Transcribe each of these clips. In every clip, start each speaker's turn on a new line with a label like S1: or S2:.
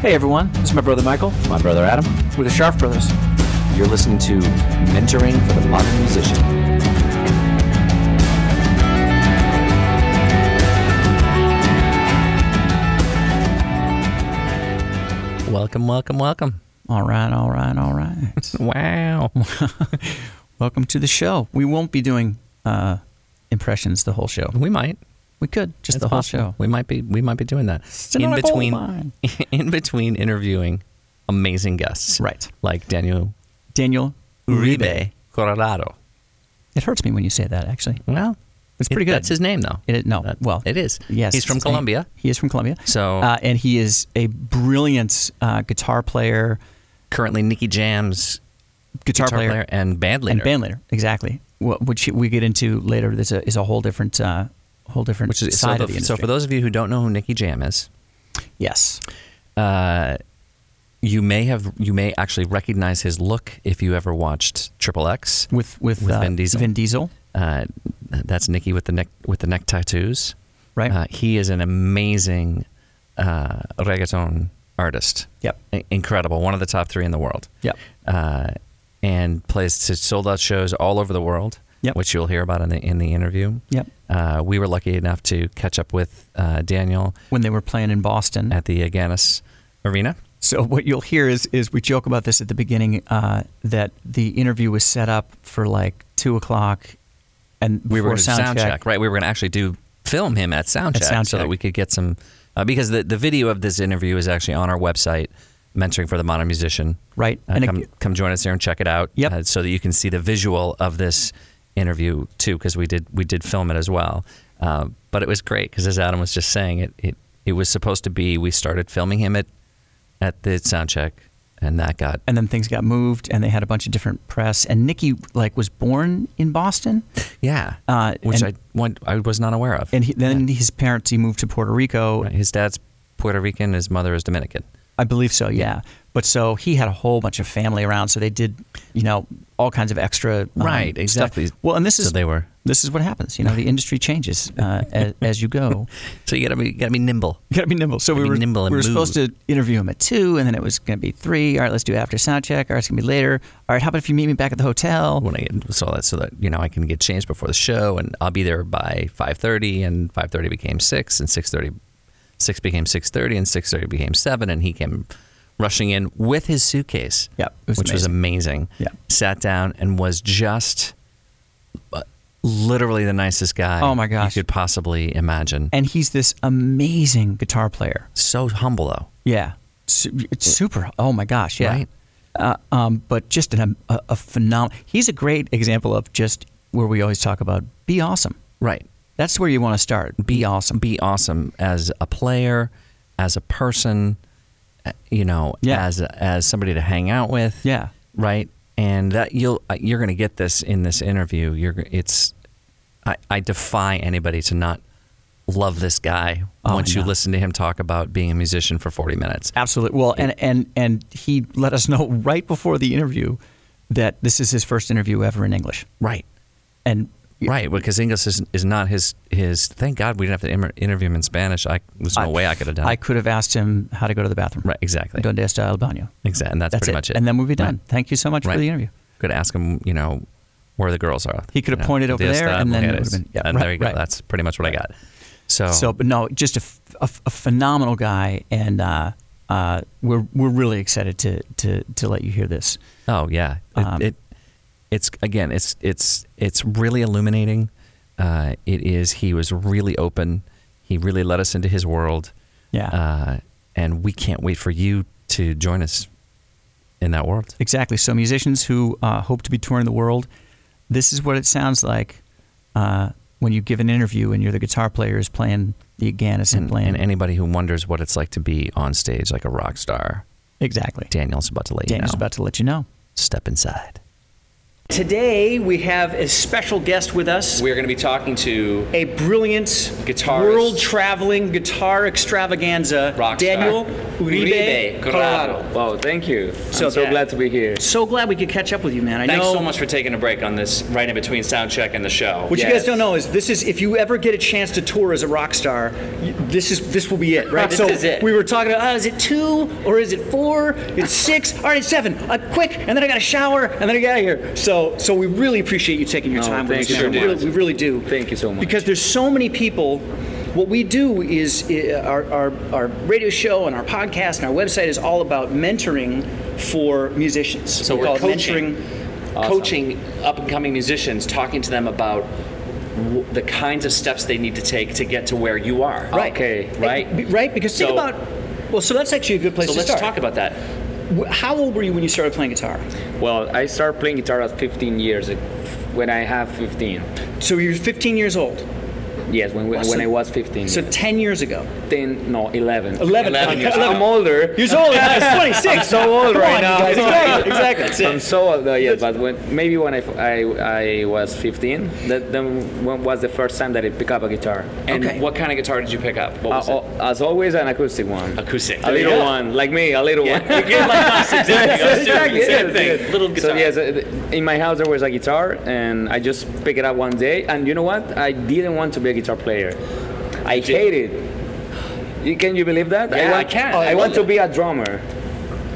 S1: Hey everyone, this is my brother Michael.
S2: My brother Adam.
S1: We're the Sharp Brothers.
S2: You're listening to Mentoring for the Modern Musician.
S3: Welcome, welcome, welcome.
S1: All right, all right, all right.
S3: Wow.
S1: Welcome to the show. We won't be doing uh, impressions the whole show.
S3: We might.
S1: We could just
S3: It's
S1: the whole
S3: possible.
S1: show.
S3: We might be we might be doing that. in
S1: another gold
S3: between
S1: mine.
S3: in between interviewing amazing guests.
S1: Right.
S3: Like Daniel
S1: Daniel,
S3: Uribe Colorado.
S1: it hurts me when you say that. Actually,
S3: Well,
S1: It's pretty good.
S3: That's his name though.
S1: it, no.
S3: That-
S1: well,
S3: it is.
S1: Yes,
S3: He's from
S1: it's his name.
S3: Colombia.
S1: He is from Colombia.
S3: So-
S1: uh, and he is a brilliant uh, guitar player,
S3: Currently Nicky Jam's
S1: guitar,
S3: guitar player, and band leader.
S1: and band leader. Exactly. Wh- Which we get into later. There's a is a whole different uh, whole different
S3: Which is so,
S1: side
S3: the-
S1: of the
S3: so
S1: industry.
S3: for those of you who don't know who Nicky Jam is,
S1: yes,
S3: you may have you may actually recognize his look if you ever watched Triple X
S1: with with,
S3: With
S1: uh,
S3: Vin Diesel.
S1: Vin Diesel.
S3: Uh, that's Nikki with the neck with the neck tattoos.
S1: Right.
S3: Uh, he is an amazing uh, reggaeton artist.
S1: Yep.
S3: I- incredible. One of the top three in the world.
S1: Yep.
S3: Uh, and plays to sold out shows all over the world.
S1: Yep.
S3: Which you'll hear about in the in the interview.
S1: Yep.
S3: Uh, we were lucky enough to catch up with uh, Daniel
S1: when they were playing in Boston.
S3: at the Agganis Arena.
S1: So what you'll hear is is we joke about this at the beginning uh, that the interview was set up for like two o'clock, and
S3: we
S1: before
S3: were going to
S1: sound,
S3: sound check, right? We were going to actually do film him at sound
S1: At
S3: check,
S1: sound
S3: so that
S1: check.
S3: we could get some uh, because the the video of this interview is actually on our website, mentoring for the modern musician.
S1: Right.
S3: Uh,
S1: And it-
S3: come come join us there and check it out.
S1: Yep.
S3: uh, so that you can see the visual of this interview too, because we did we did film it as well. Uh, but it was great because as Adam was just saying, it, it it was supposed to be we started filming him at at the sound check, and that got
S1: And then things got moved, and they had a bunch of different press. And Nikki like was born in Boston,
S3: yeah,
S1: Uh,
S3: which
S1: and-
S3: I want, I was not aware of.
S1: and he, then his parents he moved to Puerto Rico,
S3: Right, His dad's Puerto Rican, his mother is Dominican.
S1: I believe so, yeah. But so he had a whole bunch of family around, so they did, you know, all kinds of extra um,
S3: Right,
S1: stuff.
S3: exactly.
S1: Well, and this
S3: So
S1: is
S3: they were-
S1: this is what happens, you know. The industry changes uh, as, as you go.
S3: So you gotta be gotta be nimble.
S1: You gotta be nimble. So we
S3: be
S1: were
S3: nimble and
S1: we were
S3: move.
S1: supposed to interview him at two, and then it was gonna be three. All right, let's do after sound check. All right, it's gonna be later. All right, how about if you meet me back at the hotel?
S3: When I get so that so that you know I can get changed before the show, and I'll be there by five thirty, and five thirty became six, and six thirty, six became six thirty, and six thirty became seven, and he came rushing in with his suitcase,
S1: Yeah, it was
S3: which was amazing.
S1: Yeah.
S3: sat down and was just uh, literally the nicest guy.
S1: Oh, my gosh.
S3: you could possibly imagine.
S1: And he's this amazing guitar player.
S3: so humble though.
S1: Yeah, Su- it's super. Oh my gosh, yeah.
S3: Right.
S1: Uh, um, but just an, a, a phenomenal. He's a great example of just where we always talk about be awesome.
S3: Right.
S1: That's where you want to start. Be awesome.
S3: be awesome as a player, as a person, uh, you know,
S1: Yeah.
S3: as as somebody to hang out with.
S1: Yeah.
S3: Right. And that you'll uh, you're going to get this in this interview. You're g- it's I, I defy anybody to not love this guy
S1: Oh,
S3: once you
S1: no.
S3: listen to him talk about being a musician for 40 minutes.
S1: Absolutely. Well, and and and he let us know right before the interview that this is his first interview ever in English.
S3: Right.
S1: And
S3: Right, because English is, is not his his. Thank God we didn't have to immer- interview him in Spanish. I there's no way I could have done.
S1: I
S3: it.
S1: could have asked him how to go to the bathroom.
S3: Right, exactly.
S1: Donde está el baño?
S3: Exactly, and that's,
S1: That's
S3: pretty
S1: it.
S3: much it.
S1: And then we'll be done.
S3: Right.
S1: Thank you so much for
S3: Right.
S1: the interview.
S3: Could ask him, you know, where the girls are.
S1: He could have
S3: You know,
S1: pointed over
S3: this,
S1: there,
S3: that,
S1: and then it
S3: mujeres.
S1: would have been- yeah,
S3: And
S1: right,
S3: there you go.
S1: right.
S3: That's pretty much what I got. So,
S1: So, but no, just a, f- a f- a phenomenal guy, and uh, uh, we're we're really excited to to to let you hear this.
S3: oh yeah, it,
S1: Um,
S3: it it's again, it's it's it's really illuminating. Uh, it is. He was really open. He really let us into his world.
S1: Yeah.
S3: Uh, and we can't wait for you to join us in that world.
S1: Exactly. So musicians who uh, hope to be touring the world, this is what it sounds like uh, when you give an interview and you're the guitar player is playing the Agganis and,
S3: And,
S1: playing.
S3: Mm, and anybody who wonders what it's like to be on stage like a rock star,
S1: exactly.
S3: Daniel's about to let you
S1: Daniel's
S3: know.
S1: about to let you know.
S3: step inside.
S1: Today, we have a special guest with us.
S4: We're going to be talking to
S1: a brilliant
S4: Guitarist.
S1: world traveling guitar extravaganza,
S4: rock
S1: Daniel
S4: star
S1: Uribe, Colorado.
S5: Wow, thank you.
S1: So
S5: I'm so
S1: that-
S5: glad to be here.
S1: So glad we could catch up with you, man. I
S4: Thanks
S1: know
S4: so much for taking a break on this right in between sound check and the show.
S1: What you guys
S5: Yes.
S1: don't know is this is if you ever get a chance to tour as a rock star, y- this is this will be it, right?
S4: This
S1: so
S4: is it.
S1: we were talking about, oh, is it two or is it four? It's six. All right, it's seven. Uh, quick, and then I got to shower, and then I get out of here. So so we really appreciate you taking your
S5: No,
S1: time
S5: Oh, thank
S1: with us.
S5: you
S1: man.
S5: so
S1: we,
S5: much.
S1: really, we really do.
S5: Thank you so much.
S1: Because there's so many people. What we do is uh, our, our, our radio show and our podcast and our website is all about mentoring for musicians.
S4: so
S1: we
S4: we're
S1: call it
S4: coaching,
S1: mentoring
S4: coaching up and coming musicians, talking to them about w- the kinds of steps they need to take to get to where you are.
S1: Right.
S5: Okay,
S4: right?
S1: Be- Right, because think
S4: So-
S1: about. Well, so that's actually a good place
S4: So
S1: to
S4: let's
S1: start.
S4: talk about that.
S1: Wh- How old were you when you started playing guitar?
S5: Well, I started playing guitar at 15 years, ag- when I have 15.
S1: So you were 15 years old.
S5: Yes, when, we,
S1: Wow,
S5: when
S1: so-
S5: I was 15.
S1: So 10 years ago.
S5: 10, no, 11.
S1: 11.
S4: 11 years
S5: I'm older.
S1: Years old. I was 26.
S5: I'm so old
S1: Come
S5: right
S1: on,
S5: now.
S1: you guys. Exactly. exactly. That's
S5: I'm
S1: it.
S5: so old, uh, yeah, but when, maybe when I, f- I- I was 15, that then when was the first time that I picked up a guitar.
S4: And
S1: Okay. oh.
S4: what kind of guitar did you pick up? What
S5: Uh,
S4: was it?
S5: o- as always, an acoustic one.
S4: Acoustic.
S5: A little
S4: Yeah.
S5: one, like me, a little one.
S4: Again, like us, exactly. I was doing the
S5: Exactly,
S4: same
S5: yes,
S4: thing.
S5: yes.
S4: Little guitar.
S5: So yes, uh, th- in my house there was a guitar, and I just picked it up one day. And you know what? I didn't want to be a guitar player. I hated. You- Can you believe that?
S4: Yeah, I
S5: want,
S4: can.
S5: I,
S4: I
S5: want
S4: love
S5: to be a drummer.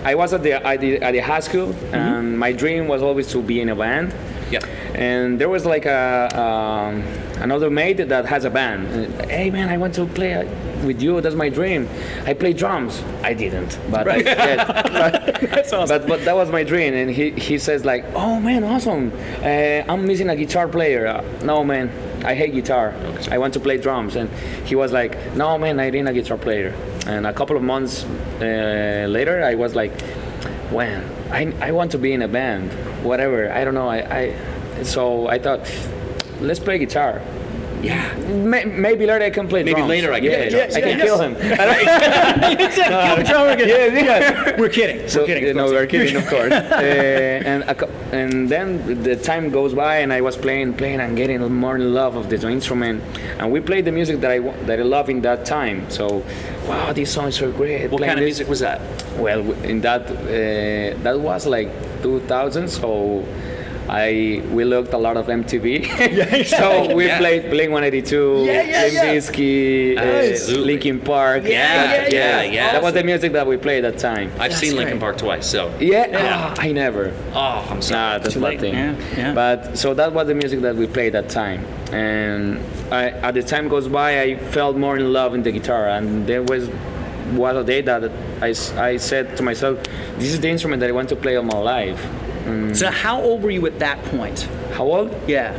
S5: I was at the at the, at the high school, and my dream was always to be in a band.
S4: Yep.
S5: And there was like a um, another mate that has a band. And, Hey man, I want to play uh, with you. That's my dream. I play drums. I didn't, but I, yes, but, but but that was my dream. And he, he says like, oh man, awesome. Uh, I'm missing a guitar player. Uh, no man, I hate guitar. I want to play drums. And he was like, no man, I need a guitar player. And a couple of months uh, later, I was like, when I, I want to be in a band whatever i don't know i, I so i thought let's play guitar yeah May, maybe later i can play
S4: Maybe
S5: drums.
S4: later I can
S5: yeah,
S4: play
S5: yeah,
S4: drums.
S5: i can
S4: Yes.
S5: kill him
S1: We're kidding.
S5: so
S1: we're kidding.
S5: you know we're kidding of course uh, and a, cou- and then the time goes by and i was playing playing and getting more in love of the instrument and we played the music that i wa- that i love in that time so wow these songs are great
S4: what
S5: playing
S4: kind of
S5: this-
S4: music was that?
S5: well, w- in that uh, that was like 2000, so I we looked a lot of MTV. so we
S4: Yeah.
S5: played Blink 182,
S1: Yeah, yeah,
S5: Limp
S1: yeah.
S5: Bizkit, uh,
S4: Absolutely.
S5: Linkin Park.
S4: Yeah,
S5: that,
S4: yeah, yeah.
S5: That was the music that we played that time.
S4: I've seen Lincoln
S1: great.
S4: Park twice, so.
S5: yeah, ah, I never.
S4: Oh, I'm
S5: Nah,
S4: sorry.
S5: that's
S1: Too
S5: my
S1: late.
S5: thing.
S1: Yeah, yeah.
S5: But so that was the music that we played that time, and I, as the time goes by, I felt more in love in the guitar, and there was was a day that I, s- I said to myself, this is the instrument that I want to play all my life. Mm.
S1: So how old were you at that point?
S5: How old?
S1: Yeah.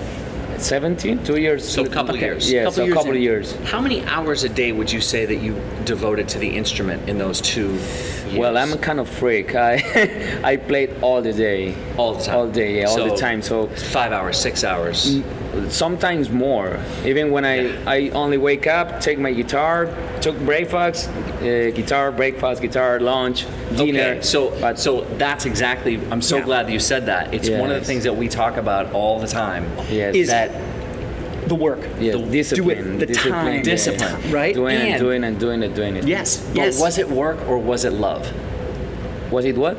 S5: 17, two years.
S4: So a couple years.
S5: Yeah,
S1: Couple
S5: so
S1: years
S5: a couple
S1: in.
S5: years.
S4: How many hours a day would you say that you devoted to the instrument in those two?
S5: Well,
S4: years?
S5: I'm a kind of freak. I I played all the day.
S4: all the time.
S5: All day, yeah, all the
S4: So-
S5: time. So
S4: Five hours, six hours.
S5: sometimes more even when i i only wake up take my guitar took breakfast uh, guitar breakfast guitar lunch dinner
S4: Okay, so
S5: but
S4: so that's exactly. I'm so
S1: Yeah.
S4: glad that you said that. It's one of the
S5: Yes.
S4: things that we talk about all the time.
S5: Yes.
S4: Is
S5: Is-
S4: that
S1: The work.
S5: yeah,
S4: do it-
S5: discipline
S1: the
S5: discipline,
S1: time.
S5: yeah.
S4: Discipline.
S1: Right?
S5: doing
S4: And-
S5: it doing it doing it doing it
S1: Yes.
S4: but
S1: Yes.
S4: was it work or was it love?
S5: was it what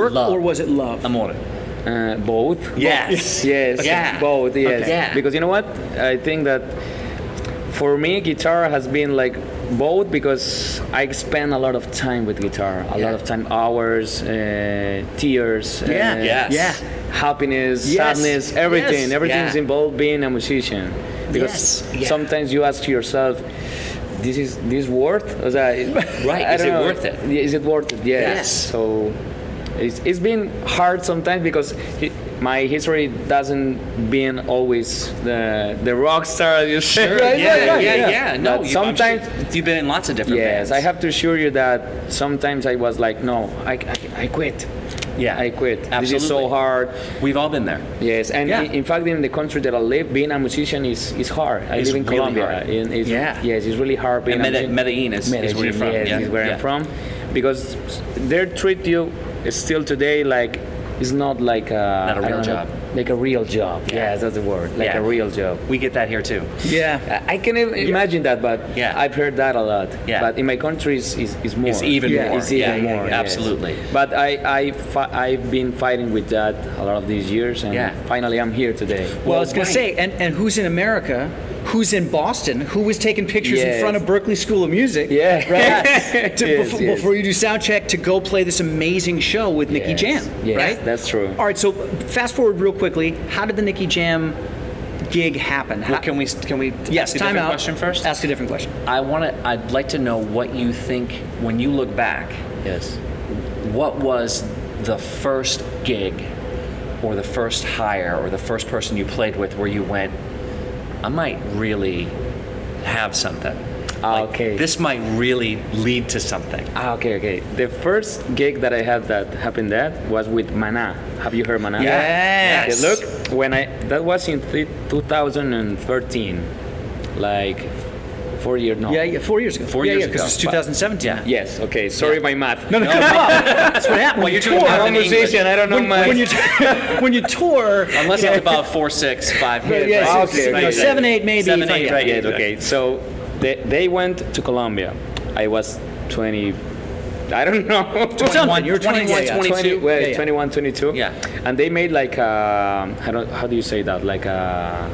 S1: work
S4: love?
S1: or was it love?
S4: Amore.
S5: uh, both
S4: Yes.
S5: yes
S4: Yeah.
S5: both yes
S4: Okay. Yeah.
S5: because you know what i think that for me guitar has been like both because i spend a lot of time with guitar a lot of time hours uh, tears
S1: Yeah.
S5: uh,
S4: Yes.
S1: Yeah.
S5: happiness,
S1: Yes.
S5: sadness, everything.
S1: Yes.
S5: Everything's
S4: Yeah.
S5: involved being a musician. Because
S1: Yes. Yeah.
S5: sometimes you ask yourself, this is this worth? Or that-
S4: Right,
S5: I
S4: is
S5: don't
S4: it
S5: know.
S4: worth it?
S5: Yeah, Is it worth it? Yes.
S1: Yes.
S5: So it's, it's been hard sometimes because hi- my history doesn't been always the the rock star. You say, right,
S4: yeah,
S5: right, right,
S4: yeah, yeah, No,
S5: But
S4: you, I'm sure
S5: sometimes
S4: you've been in lots of different bands.
S5: Yes, I have to assure you that sometimes I was like, no, I, I, I quit.
S4: Yeah,
S5: I quit. This is so
S4: absolutely.
S5: hard.
S4: We've all been there.
S5: Yes, and
S1: Yeah.
S5: i- in fact, in the country that I live, being a musician is, is hard. I
S4: It's
S5: live in
S4: really
S5: Colombia.
S4: hard.
S5: and it's-
S1: Yeah.
S5: Yes, it's really hard being
S4: And
S5: a
S4: Mede-
S5: musician.
S4: Medellin is- is where you're from,
S5: yes,
S4: yeah.
S5: is where
S4: Yeah.
S5: I'm from, because they treat you still today like it's not like a,
S4: Not a
S5: I
S4: real
S5: don't know,
S4: job.
S5: Like a real job. Yeah, that's the word. Like
S4: Yeah.
S5: a real job.
S4: We get that here too.
S6: Yeah.
S5: I I can im- imagine that, but
S4: Yeah.
S5: I've heard that a lot.
S4: Yeah.
S5: But in my country, it's, it's, it's more.
S4: It's even more.
S5: It's even
S4: Yeah, yeah,
S5: more.
S4: yeah,
S5: yes.
S4: absolutely.
S5: But I, I fi- I've been fighting with that a lot of these years, and
S4: Yeah.
S5: finally I'm here today.
S6: Well, I was going
S4: right.
S6: to say, and, and who's in America? Who's in Boston? Who was taking pictures
S5: Yes.
S6: in front of Berkeley School of Music?
S5: Yeah.
S6: Right? to,
S5: Yes,
S6: before,
S5: yes.
S6: before you do sound check to go play this amazing show with Nicky
S5: Yes,
S6: Jam.
S5: yes,
S6: right?
S5: that's true.
S6: All right, so fast forward real quickly. How did the Nicky Jam gig happen? How,
S4: Well, can we? Can we?
S6: yes,
S4: ask a
S6: time
S4: different
S6: out.
S4: Question first.
S6: Ask a different question.
S4: I want to. I'd like to know what you think when you look back.
S5: Yes.
S4: What was the first gig, or the first hire, or the first person you played with where you went, I might really have something.
S5: Ah, okay.
S4: This might really lead to something.
S5: Ah, okay, okay. The first gig that I had that happened that was with Mana. Have you heard Mana?
S4: Yeah.
S5: Okay,
S4: Yes.
S5: look, when I that was in th- 2013, like four years now.
S6: Yeah, yeah, four years ago.
S4: Four
S6: yeah,
S4: years
S6: yeah, because
S4: ago.
S6: it's 2017.
S4: Yeah.
S5: Yes. Okay. Sorry, my math.
S6: No, no, come on. That's what
S4: Well,
S6: happened. when
S4: you're
S6: you
S4: doing
S6: tour.
S4: math in
S5: Pronunciation. I don't know
S6: When,
S5: my.
S6: when you when you tour,
S4: Unless it's about four, six, five.
S6: Yeah,
S4: hits,
S6: yeah,
S4: right?
S5: six, six,
S4: Right,
S5: no,
S4: right.
S6: seven, eight maybe,
S4: Seven,
S6: if I
S4: eight,
S6: get
S4: right.
S5: Yes,
S4: exactly.
S5: okay. So they, they went to Colombia. I was 20. I don't know.
S6: something. You're
S4: 21,
S6: 21, yeah, yeah.
S4: 22.
S5: Twenty- well,
S6: Yeah, yeah.
S5: 21, 22.
S4: Yeah.
S5: And they made like a, how do, how do you say that? Like a,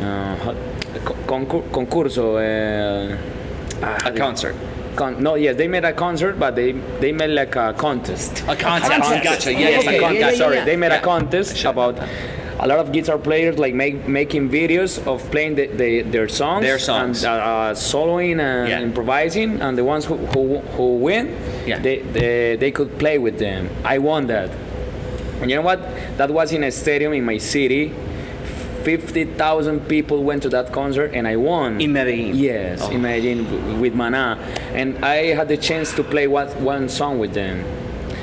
S5: uh, how- a co- concur, concurso. Uh, ah,
S4: A concert.
S5: Con- no, yes, they made a concert, but they, they made like a contest.
S4: A contest.
S6: contest.
S4: Gotcha. Yeah,
S6: Oh,
S4: yeah,
S5: Yes,
S6: okay.
S4: yeah,
S5: a contest.
S4: yeah.
S5: sorry,
S6: yeah.
S5: they made a
S4: Yeah.
S5: contest about a lot of guitar players like make, making videos of playing the, the, their songs,
S4: Their songs.
S5: and uh, uh, soloing and
S4: Yeah.
S5: improvising, and the ones who who, who win,
S4: Yeah.
S5: they, they they could play with them. I won that, and you know what? That was in a stadium in my city. Fifty thousand people went to that concert, and I won.
S4: In Medellin.
S5: Yes, in Medellin w- with Mana, and I had the chance to play one, one song with them.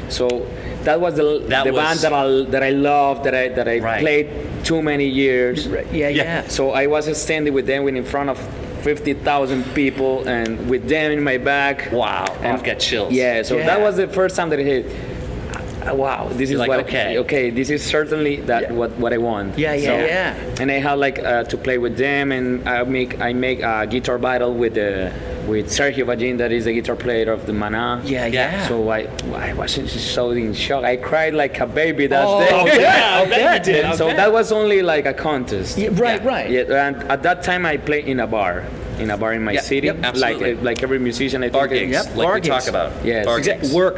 S5: So that was the,
S4: That
S5: the
S4: was-
S5: band that I that I loved that I that I
S4: Right.
S5: played too many years.
S6: yeah, yeah.
S5: So I was standing with them in front of fifty thousand people and with them in my back.
S4: Wow. I've got chills.
S5: Yeah. So
S6: Yeah.
S5: that was the first time that it hit. uh, Wow, this is
S4: You're like,
S5: what
S4: okay.
S5: okay. This is certainly that what, what I want.
S6: Yeah, yeah,
S5: So-
S6: yeah.
S5: And I had like uh, to play with them, and I make I make a guitar battle with uh, with Sergio Vagin, that is the guitar player of the Mana.
S6: Yeah,
S4: Yeah.
S6: yeah.
S5: So I I was in- so in shock. I cried like a baby that
S6: Oh,
S5: day.
S6: yeah, I bet you did,
S5: And
S6: I
S5: So
S6: bet.
S5: that was only like a contest.
S6: Yeah, right, right.
S5: Yeah, and at that time I played in a bar, in a bar in my
S4: Yeah,
S5: city,
S4: yep,
S5: like eh,
S4: absolutely.
S5: like every musician. I think
S4: Bar
S5: they-
S4: gigs,
S6: Yep,
S4: like
S6: bar
S4: we
S6: gigs.
S4: talk about.
S5: Yes.
S4: Bar
S6: Exact-
S4: gigs.
S6: work,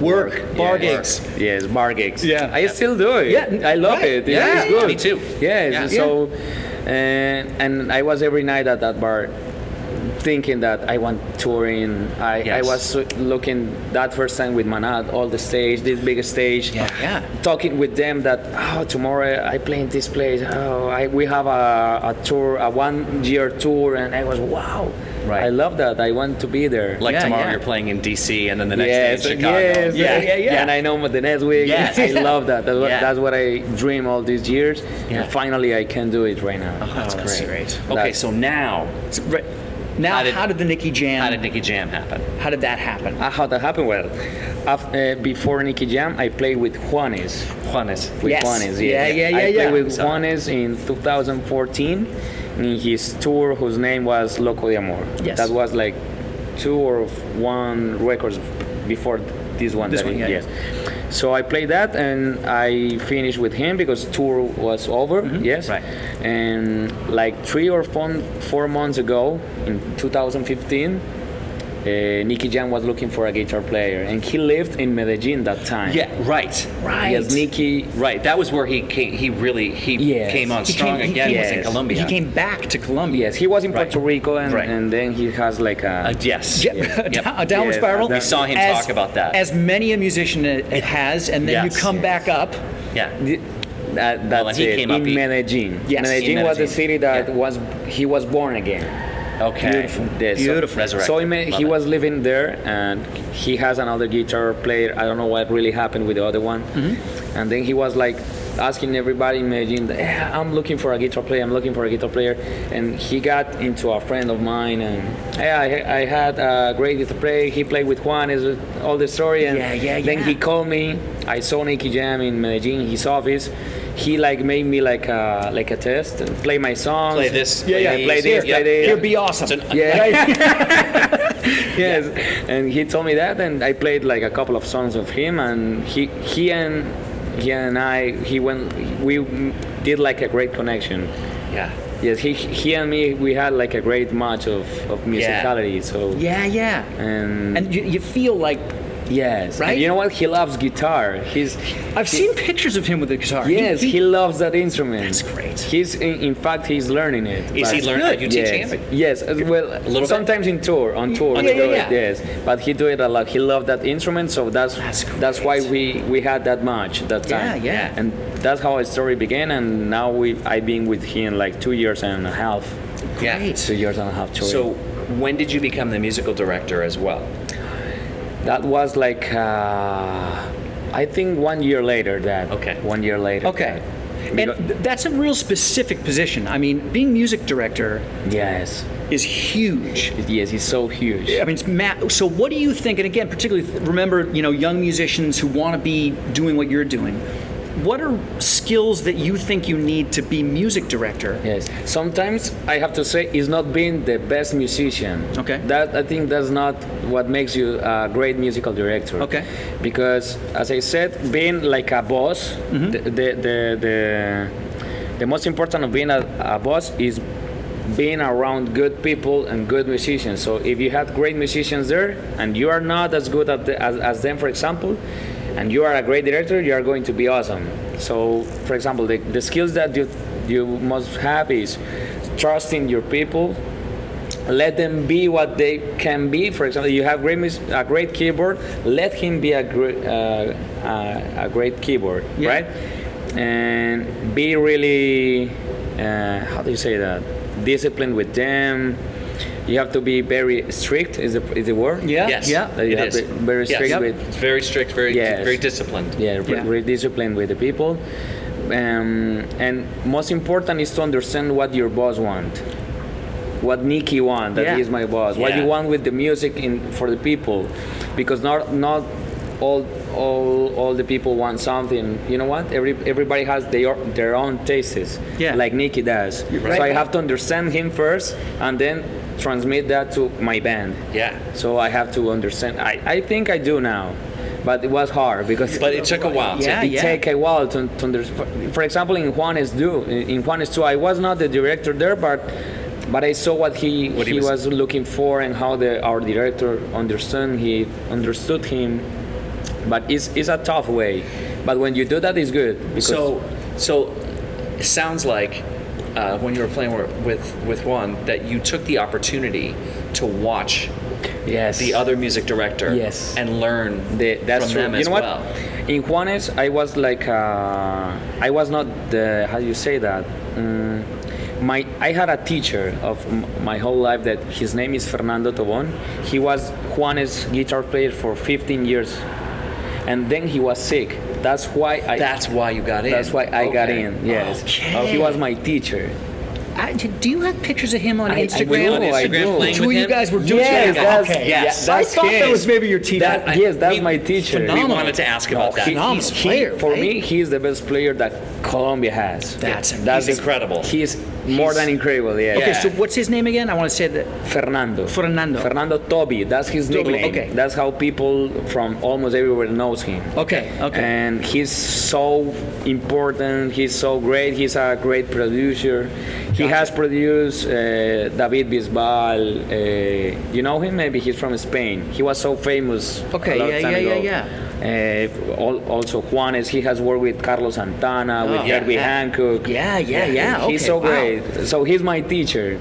S6: work, bar
S5: yeah.
S6: gigs.
S5: Yes, bar gigs.
S6: Yeah.
S5: I still do it.
S6: Yeah,
S5: I love
S6: right.
S5: it. Yeah,
S4: Yeah,
S5: it's good.
S4: me too.
S5: Yes.
S4: Yeah.
S5: So, and and I was every night at that bar, thinking that I want touring. I I
S4: Yes.
S5: was looking that first time with Manat, all the stage, this big stage. Yeah.
S6: yeah.
S5: Talking with them that oh tomorrow I play in this place. Oh, I we have a, a tour, a one year tour, and I was wow.
S4: Right.
S5: I love that. I want to be there.
S4: Like
S6: Yeah,
S4: tomorrow
S6: yeah.
S4: you're playing in DC and then the next day in Chicago.
S5: Yes,
S4: yeah,
S5: yeah, yeah. And I know the next week.
S4: Yes.
S5: I love that. That's, what,
S4: Yeah.
S5: that's what I dream all these years.
S4: Yeah. Oh,
S5: And finally, I can do it right now.
S4: that's
S6: Oh, that's great.
S4: Okay, so now,
S6: So, right. Now,
S4: How
S6: how
S4: did-
S6: did, the Nicky Jam?
S4: how did Nicky Jam happen?
S6: how did that happen?
S5: Ah, how that happened? Well, af- uh, before Nicky Jam, I played with Juanes.
S4: Juanes.
S5: With
S6: Yes.
S5: Juanes,
S6: Yeah,
S5: yeah.
S6: yeah,
S5: I
S6: yeah,
S5: played
S6: yeah.
S5: with
S4: Sorry.
S5: Juanes in 2014 in his tour whose name was Loco de Amor.
S6: Yes.
S5: That was like two or one records before this one.
S6: This
S5: that
S6: one,
S5: he-
S6: yeah,
S5: yes. So I played that and I finished with him because tour was over.
S6: Mm-hmm.
S5: Yes.
S4: Right.
S5: And like three or four, four months ago, in 2015, uh, Nicky Jam was looking for a guitar player, and he lived in Medellin that time.
S4: Yeah, right.
S6: Right.
S5: Yes, Nicky
S4: Right. That was where he came. He really he
S5: Yes.
S4: came on
S5: He
S4: strong
S6: came- he
S4: again.
S6: came-
S4: was in
S5: yes.
S4: Colombia.
S6: He came back to Colombia.
S5: Yes, he was in Puerto
S4: Right.
S5: Rico, and,
S4: Right.
S5: and then he has like
S4: Uh,
S5: a.
S4: yes.
S6: Yeah, a,
S4: Yep.
S6: down- a downward
S5: Yes,
S6: spiral.
S5: we
S4: saw him
S6: as-
S4: talk about that.
S6: As many a musician it, it has, and then
S4: Yes.
S6: you come back up.
S4: Yeah.
S5: Th- That, that's
S4: Well, Oh, he
S5: it.
S4: came
S5: in
S4: up- he-
S5: Medellin.
S6: Yes, in
S5: Medellin was the
S4: Medellin.
S5: city that
S4: Yeah.
S5: was he was born again.
S4: Okay.
S5: Yes, so-
S4: Beautiful.
S5: So
S4: Resurrected.
S5: he, ma-
S4: Love
S5: he
S4: it.
S5: was living there, and he has another guitar player. I don't know what really happened with the other one.
S4: Mm-hmm.
S5: And then he was like asking everybody in Medellin, "Eh, "I'm looking for a guitar player. I'm looking for a guitar player." And he got into a friend of mine, and yeah, I, I had a great guitar player. He played with Juan. Is all the story. And
S6: Yeah, yeah,
S5: Then
S6: yeah.
S5: he called me. I saw Nicky Jam in Medellin, his office. he like made me like a like a test and play my songs.
S4: Play this,
S5: Yeah,
S4: play
S5: yeah.
S4: these,
S5: Play this.
S4: yeah.
S5: Play this.
S6: Here, be awesome.
S5: Yeah. yes. And he told me that, and I played like a couple of songs of him, and he he and he and I he went we did like a great connection.
S4: Yeah.
S5: Yes, he he and me we had like a great match of of musicality. So
S6: Yeah, yeah.
S5: and,
S6: And you, you feel like
S5: yes,
S6: Right?
S5: And you know what? He loves guitar. He's
S6: I've seen pictures of him with the guitar.
S5: yes, he,
S6: he,
S5: loves that instrument.
S6: That's great.
S5: He's in, in fact he's learning it.
S4: Is he
S5: but-
S4: learning? Are you
S5: yes.
S4: teaching him?
S5: Yes, as well,
S4: little bit?
S5: sometimes in tour, on tour,
S4: on
S5: we
S4: tour,
S5: do
S4: yeah.
S5: it, yes. But he do it a lot. He loved that instrument, so that's
S6: That's
S5: that's, why
S6: great.
S5: we we had that match that
S6: Yeah,
S5: time.
S6: yeah.
S5: And that's how our story began. And now we I've been with him like two years and a half,
S4: Yeah.
S5: two years and a half touring.
S4: So when did you become the musical director as well?
S5: that was like uh, I think one year later. That
S4: Okay.
S5: one year later.
S6: okay.
S5: that.
S6: And
S5: Because-
S6: th- that's a real specific position. I mean, being music director
S5: yes,
S6: is huge.
S5: yes, he's so huge.
S6: I mean, it's ma- so what do you think? And again, particularly th- remember, you know, young musicians who want to be doing what you're doing. What are skills that you think you need to be music director?
S5: Yes. Sometimes I have to say, it's not being the best musician.
S6: Okay.
S5: That I think that's not what makes you a great musical director.
S6: Okay.
S5: Because as I said, being like a boss, the, the, the the the most important of being a, a boss is being around good people and good musicians. So if you had great musicians there and you are not as good at the, as, as them, for example, and you are a great director, you are going to be awesome. So, for example, the, the skills that you you must have is trusting your people, let them be what they can be. For example, you have great mus- a great keyboard. Let him be a great uh, uh, a great keyboard,
S6: Yeah.
S5: right? And be really uh, how do you say that? Disciplined with them. You have to be very strict. Is the is the word?
S6: Yeah.
S4: Yes.
S6: Yeah.
S5: You
S4: It
S5: have
S4: is.
S5: to be very strict
S4: yes.
S5: with
S4: It's very strict, very
S5: Yes.
S4: very disciplined.
S5: yeah,
S6: Yeah.
S5: yeah. very disciplined with the people. Um, and most important is to understand what your boss want, what Nikki want, that
S6: Yeah.
S5: is my boss, what you
S4: Yeah.
S5: want with the music in, for the people, because not not all all all the people want something. You know what? Every everybody has their their own tastes,
S6: Yeah.
S5: like Nikki does.
S6: right.
S5: So I have to understand him first, and then transmit that to my band.
S4: Yeah.
S5: So I have to understand. I, I think I do now, but it was hard because
S4: But it took a while.
S6: Yeah.
S5: it take a while to, to understand. For example, in Juanes do in Juanes two, I was not the director there, but but I saw what he
S4: What he
S5: he, was.
S4: was-
S5: looking for and how the our director understood he understood him. But it's it's a tough way. But when you do that, it's good. Because
S4: So, so it sounds like uh, when you were playing wi- with with Juan that you took the opportunity to watch
S5: yes,
S4: the other music director
S5: Yes.
S4: and learn
S5: The, that's
S4: from
S5: true.
S4: them
S5: you
S4: as
S5: know what?
S4: well.
S5: In Juanes, I was like, uh, I was not the how do you say that? Mm, my I had a teacher of m- my whole life that his name is Fernando Tobón. He was Juanes guitar player for 15 years, and then he was sick. That's why I.
S4: That's why you got in.
S5: that's why I got
S4: Okay.
S5: in. Yes, Oh,
S6: Okay.
S5: he was my teacher.
S6: I, do you have pictures of him on
S5: I- I
S6: Instagram?
S5: do, I Instagram do. playing
S6: Two of
S4: with
S6: you
S4: him?
S6: guys were doing
S5: Yes,
S6: that.
S5: that's-
S6: okay.
S5: yeah,
S6: yes. I
S5: that's
S6: thought that
S5: his.
S6: was maybe your team.
S5: That, yes, that's my teacher.
S4: We
S6: phenomenal.
S4: wanted to ask about that.
S5: he-
S6: Phenomenal
S5: he-
S6: player,
S5: For
S6: right?
S5: me, he is the best player that Colombia has.
S6: That's amazing.
S4: He's incredible.
S5: He is more than incredible. Yeah.
S6: Okay, so what's his name again? I want to say that.
S5: Fernando.
S6: Fernando.
S5: Fernando Toby. That's his
S6: Toby,
S5: nickname.
S6: okay.
S5: That's how people from almost everywhere knows him.
S6: Okay, okay.
S5: And he's so important. He's so great. He's a great producer. He has produced uh, David Bisbal. Uh, you know him? Maybe he's from Spain. He was so famous.
S6: Okay,
S5: a long
S6: yeah,
S5: time
S6: yeah, yeah,
S5: ago.
S6: yeah.
S5: Uh, al- also Juanes. He has worked with Carlos Santana, with
S6: Oh, yeah,
S5: Herbie
S6: yeah.
S5: Hancock.
S6: Yeah, yeah, yeah,
S5: He's
S6: okay,
S5: so
S6: wow.
S5: great. So he's my teacher.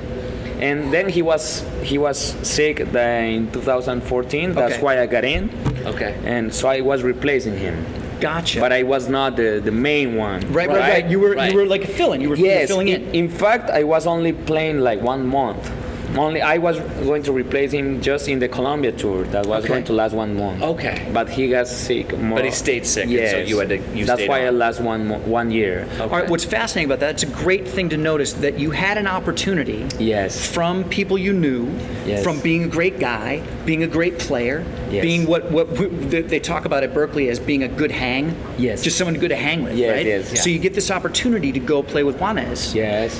S5: And then he was he was sick the- in 2014. That's
S6: Okay.
S5: why I got in.
S4: Okay.
S5: And so I was replacing him,
S6: Gotcha.
S5: but I was not the, the main one.
S6: right, right, right. You were
S4: Right.
S6: you were like a fill-in. You were you were
S5: Yes.
S6: filling
S5: in,
S6: in.
S5: in fact, I was only playing like one month. Only I was going to replace him just in the Colombia tour that was
S4: Okay.
S5: going to last one month.
S4: Okay.
S5: But he got sick. More.
S4: he stayed sick, and so you had to- you
S5: That's
S4: stayed
S5: why
S4: on.
S5: I last one mo- one year.
S6: All right, what's fascinating about that, it's a great thing to notice that you had an opportunity
S5: Yes.
S6: from people you knew,
S5: Yes.
S6: from being a great guy, being a great player,
S5: Yes.
S6: being what, what we, they they talk about at Berkeley as being a good hang.
S5: Yes.
S6: Just someone good to hang with,
S5: Yes,
S6: right?
S5: yes, yeah.
S6: So you get this opportunity to go play with Juanes.
S5: Yes.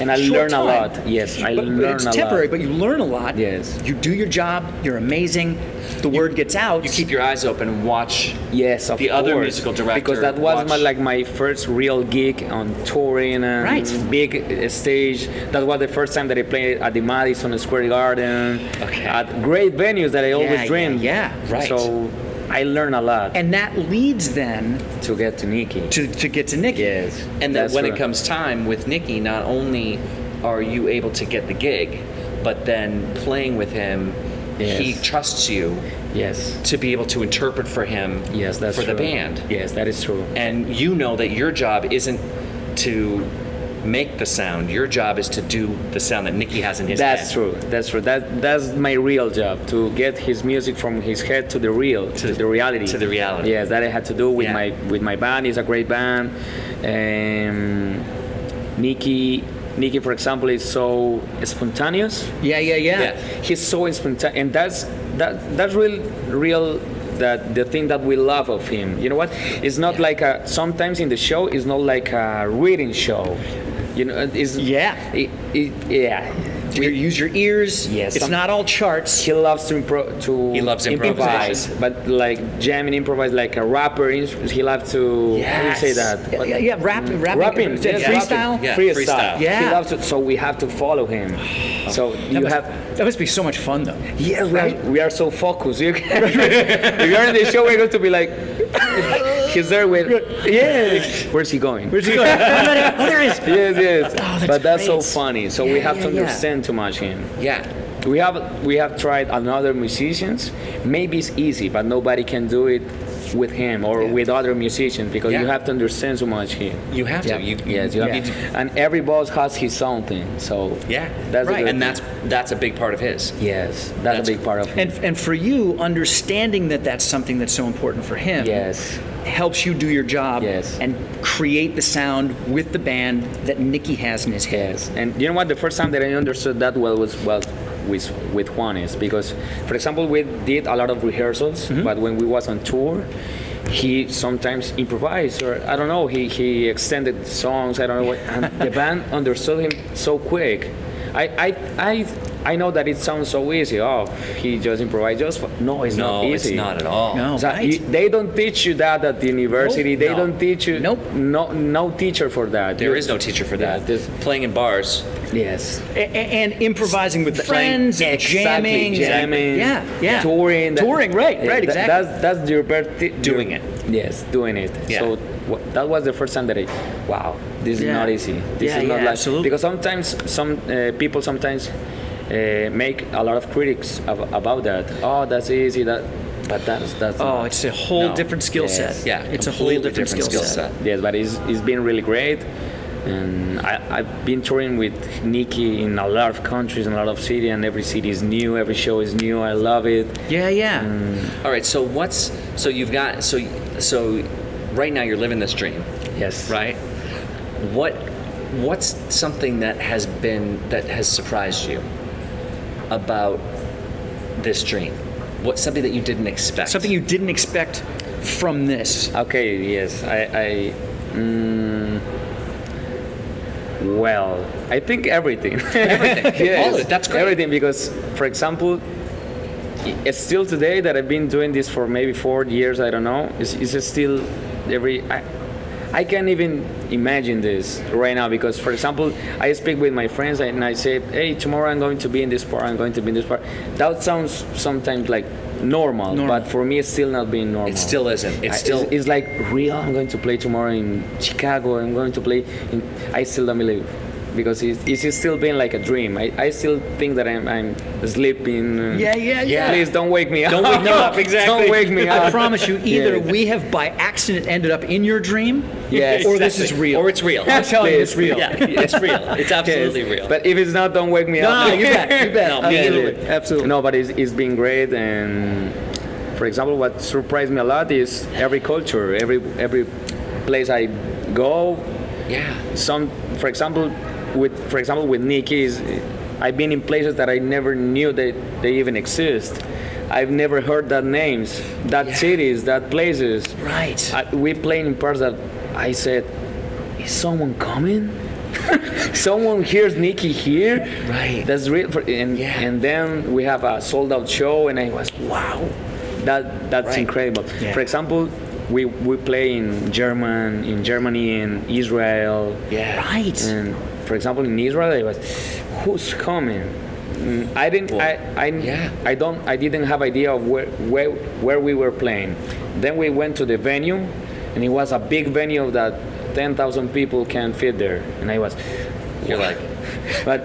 S5: And I
S6: Short
S5: learn a
S6: time.
S5: lot. Yes, I
S6: but, but
S5: learn
S6: it's
S5: a
S6: temporary,
S5: lot.
S6: but you learn a lot.
S5: Yes.
S6: You do your job, you're amazing, the word gets out.
S4: You keep your eyes open and watch.
S5: Yes, of
S4: the
S5: course.
S4: other musical director.
S5: Because that was my,
S4: watch-
S5: like my first real gig on touring and
S6: Right.
S5: big uh, stage. That was the first time that I played at the Madison Square Garden.
S4: Okay.
S5: At great venues that I always
S6: yeah,
S5: dreamed.
S6: yeah, right.
S5: So I learned a lot
S6: and that leads then
S5: to get to Nikki.
S6: to, to get to Nicky.
S5: Yes.
S4: And that
S5: that's
S4: when it
S5: right.
S4: comes time with Nikki, not only are you able to get the gig, but then playing with him, he
S5: Yes.
S4: trusts you
S5: Yes.
S4: to be able to interpret for him
S5: Yes, that's
S4: for the
S5: true.
S4: band.
S5: Yes, that is true.
S4: And you know that your job isn't to make the sound. Your job is to do the sound that Nikki has in his
S5: That's
S4: head.
S5: true. That's true. That that's my real job to get his music from his head to the real, to, the reality.
S4: to the reality.
S5: Yes, that I had to do with
S4: Yeah.
S5: my with my band. It's a great band. Um, Nikki, Nikki, for example, is so spontaneous.
S6: Yeah, yeah, yeah.
S4: Yeah.
S5: He's so spontaneous, and that's that that's real real. That the thing that we love of him, you know what? It's not like a. Sometimes in the show, it's not like a reading show. You know, it's
S6: Yeah.
S5: it, it, yeah.
S6: You use your ears.
S5: Yes.
S6: It's not all charts.
S5: He loves to impro- to
S4: He loves
S5: improvise,
S4: improvisation.
S5: but like jam and improvise like a rapper. ins- He loves to how do you say that
S6: Yeah, yeah, yeah, rap,
S3: Mm.
S6: rap,
S5: rapping,
S6: is
S5: yes,
S6: that freestyle.
S5: rapping.
S4: Yeah,
S5: freestyle.
S4: freestyle.
S6: Yeah.
S5: He loves it, so we have to follow him. So
S6: That
S5: you
S6: must-
S5: have
S6: that must be so much fun though.
S5: yes, we are, we are so focused. You can, if you're in the show, we're going to be like. He's there with yeah. Where's he going? Where's he going?
S6: oh, there is. Oh,
S5: yes, yes.
S6: that's
S5: but that's so
S6: great.
S5: funny. So we
S6: Yeah,
S5: have
S6: yeah,
S5: to
S6: yeah.
S5: understand too much him.
S4: Yeah.
S5: We have we have tried another musicians. Maybe it's easy, but nobody can do it with him or with other musicians because you
S4: Yeah.
S5: have to understand so much him.
S4: You have to. You-
S5: yes, you
S4: you
S5: have
S4: need to-
S5: and every boss has his own thing. So
S4: Yeah.
S5: that's A
S4: right.
S5: good
S4: And
S5: thing.
S4: that's that's a big part of his.
S5: yes, that's,
S4: that's-
S5: a big part of him.
S6: And and for you, understanding that that's something that's so important for him
S5: yes,
S6: helps you do your job
S5: Yes.
S6: and create the sound with the band that Nicky has in his head.
S5: yes. And you know what? The first time that I understood that well was well with with Juanes because, for example, we did a lot of rehearsals,
S4: Mm-hmm.
S5: but when we was on tour. He sometimes improvised, or I don't know. He, he extended songs. I don't know what. And the band understood him so quick. I I, I I know that it sounds so easy. Oh, he just improvised. Just for, no, it's
S4: No,
S5: not
S4: it's
S5: easy.
S4: not at all.
S6: No,
S5: So
S6: right?
S5: you- they don't teach you that at the university.
S4: Nope.
S5: they
S4: No.
S5: don't teach you.
S6: Nope.
S5: No, no teacher for that.
S4: There is no teacher for that.
S5: Yeah, this-
S4: Playing in bars,
S5: Yes.
S6: A- a- and improvising with
S5: Playing-
S6: friends, and jamming,
S5: exactly, jamming,
S6: yeah, yeah,
S5: touring, that-
S6: touring, right,
S5: yeah,
S6: right,
S5: that-
S6: exactly.
S5: That's that's your birth.
S4: Doing it.
S5: Yes, doing it.
S4: Yeah.
S5: So wha- that was the first time that I, wow, this
S6: Yeah.
S5: is not easy. This
S6: Yeah,
S5: is not
S6: yeah,
S5: like
S6: absolutely.
S5: because sometimes some uh, people sometimes uh, make a lot of critics ab- about that. Oh, that's easy. That, but that's that's.
S6: oh,
S5: not.
S6: it's a whole
S4: No.
S6: different skill
S5: Yes.
S6: set.
S4: yeah,
S6: it's a whole
S4: completely
S6: different, skill set.
S5: Yes, but it's, it's been really great. And I, I've been touring with Nikki in a lot of countries, in a lot of cities, and every city is new, every show is new. I love it.
S6: Yeah, yeah.
S3: Mm.
S4: All right. So what's so you've got so so right now you're living this dream,
S5: Yes.
S4: right? What what's something that has been that has surprised you about this dream? What's something that you didn't expect?
S6: Something you didn't expect from this.
S5: Okay, yes. I. I mm, well, I think everything.
S4: Everything.
S5: Yes,
S4: All of it. That's great.
S5: Everything, because, for example, i- it's still today that I've been doing this for maybe four years. I don't know. It's, it's still every. I, I can't even imagine this right now because, for example, I speak with my friends and I say, "Hey, tomorrow I'm going to be in this part. I'm going to be in this part." That sounds sometimes like normal,
S6: Normal.
S5: but for me, it's still not being normal.
S4: It still isn't. It's
S5: I-
S4: still
S5: It's, it's like real. I'm going to play tomorrow in Chicago. I'm going to play. In, I still don't believe. because it, it's still been like a dream. I, I still think that I'm, I'm sleeping. uh,
S6: Yeah, yeah, yeah.
S5: Please don't wake me
S6: Don't
S5: up.
S6: wake me up, exactly.
S5: Don't wake me up.
S6: I promise you, either
S5: Yeah.
S6: we have by accident ended up in your dream,
S5: Yes.
S6: or this is real.
S4: Or it's real. I'm
S6: telling you, it's real.
S4: Yeah, it's real. It's absolutely
S5: Yes,
S4: real.
S5: But if it's not, don't wake me
S6: No,
S5: up.
S6: no, you bet, you bet.
S4: No,
S5: Yeah,
S4: me either.
S5: yeah, absolutely. No, but it's, it's been great. And for example, what surprised me a lot is every culture, every every place I go.
S4: Yeah.
S5: Some, for example, with for example with Nikki, is I've been in places that I never knew that they even exist. I've never heard that names, that cities, that places.
S6: Right.
S5: I, we playing in parts that I said, is someone coming? someone hears Nikki here.
S4: Right.
S5: That's real. for- And
S4: Yeah.
S5: and then we have a sold out show, and I was wow, that that's
S4: Right.
S5: incredible.
S6: Yeah.
S5: For example, we we play in German, in Germany, in Israel.
S4: Yeah.
S6: Right.
S5: And for example, in Israel, it was, who's coming? Mm, I didn't. I, I,
S4: yeah.
S5: I don't. I didn't have idea of where, where where we were playing. Then we went to the venue, and it was a big venue that ten thousand people can fit there. And I was,
S4: You're like,
S5: but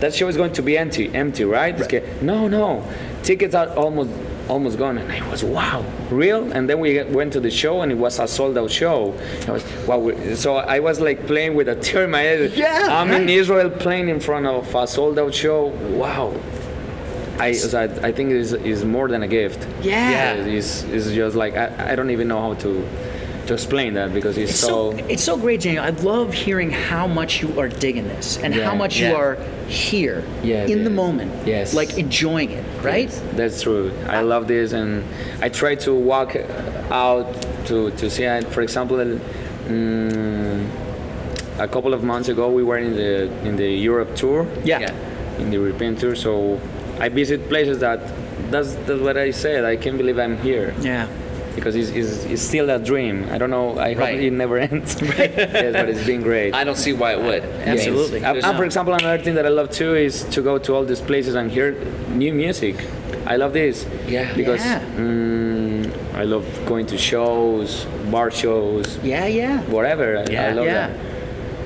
S5: that show is going to be empty, empty, right? It's ca- no, no, tickets are almost almost gone. And I was wow, real. And then we went to the show, and it was a sold out show. I was wow. we- So I was like playing with a tear in my head. Yeah, I'm in Israel playing in front of a sold out show. Wow. I, so I, I think it is, is more than a gift.
S6: Yeah.
S5: It's, it's just like, I, I don't even know how to to explain that because it's,
S6: It's
S5: so,
S6: so, it's so great, Daniel. I love hearing how much you are digging this and
S5: Yeah,
S6: how much you
S5: yeah.
S6: are here
S5: Yeah,
S6: in the
S5: yeah.
S6: moment,
S5: Yes.
S6: like enjoying it, right?
S5: That's true. I love this, and I try to walk out to to see. I, for example, mm, a couple of months ago, we were in the in the Europe tour.
S6: Yeah.
S5: In the European tour, so I visit places that that's that's what I said. I can't believe I'm here
S6: Yeah.
S5: because it's, it's, it's still a dream. I don't know. I
S4: Right.
S5: hope it never ends. yes, but it's been great.
S4: I don't see why it would.
S6: Absolutely.
S5: And,
S4: There's
S5: and for
S4: no-
S5: example, another thing that I love too is to go to all these places and hear new music. I love this.
S4: Yeah.
S5: Because
S6: Yeah.
S5: mm, I love going to shows, bar shows,
S6: Yeah, yeah.
S5: whatever. I, I
S4: Yeah.
S5: love
S6: yeah.
S5: that.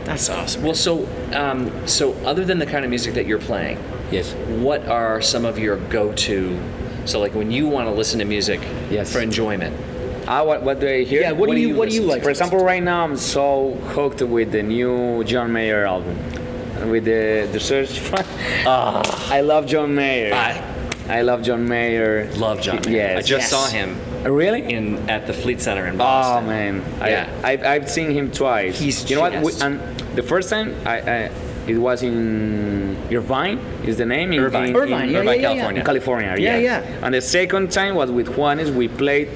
S6: That's awesome.
S4: Well, so um, so other than the kind of music that you're playing,
S5: Yes.
S4: what are some of your go-to? So like when you want to listen to music
S5: Yes.
S4: for enjoyment,
S5: Ah, what, what do I hear?
S6: Yeah, what do you- what do you
S5: listen to?
S6: like to
S5: For
S6: listen
S5: example, right now I'm so hooked with the new John Mayer album, with the the search. Fund. I love John Mayer.
S4: Ah. I-
S5: I love John Mayer.
S4: love John. Mayer.
S5: Yes.
S4: I just
S6: Yes.
S4: saw him
S5: Really?
S4: in at the Fleet Center in
S5: Oh
S4: Boston.
S5: man,
S4: Yeah.
S5: I, I've, I've seen him twice.
S4: He's
S5: you know what?
S4: just-
S5: We, and the first time I, I it was in Irvine. Is the name in
S4: Irvine.
S5: in,
S6: Irvine,
S5: in,
S6: yeah,
S4: Irvine,
S6: yeah, yeah,
S4: California.
S6: yeah.
S5: in California?
S6: Yeah,
S5: yes.
S6: yeah.
S5: And the second time was with Juanes. We played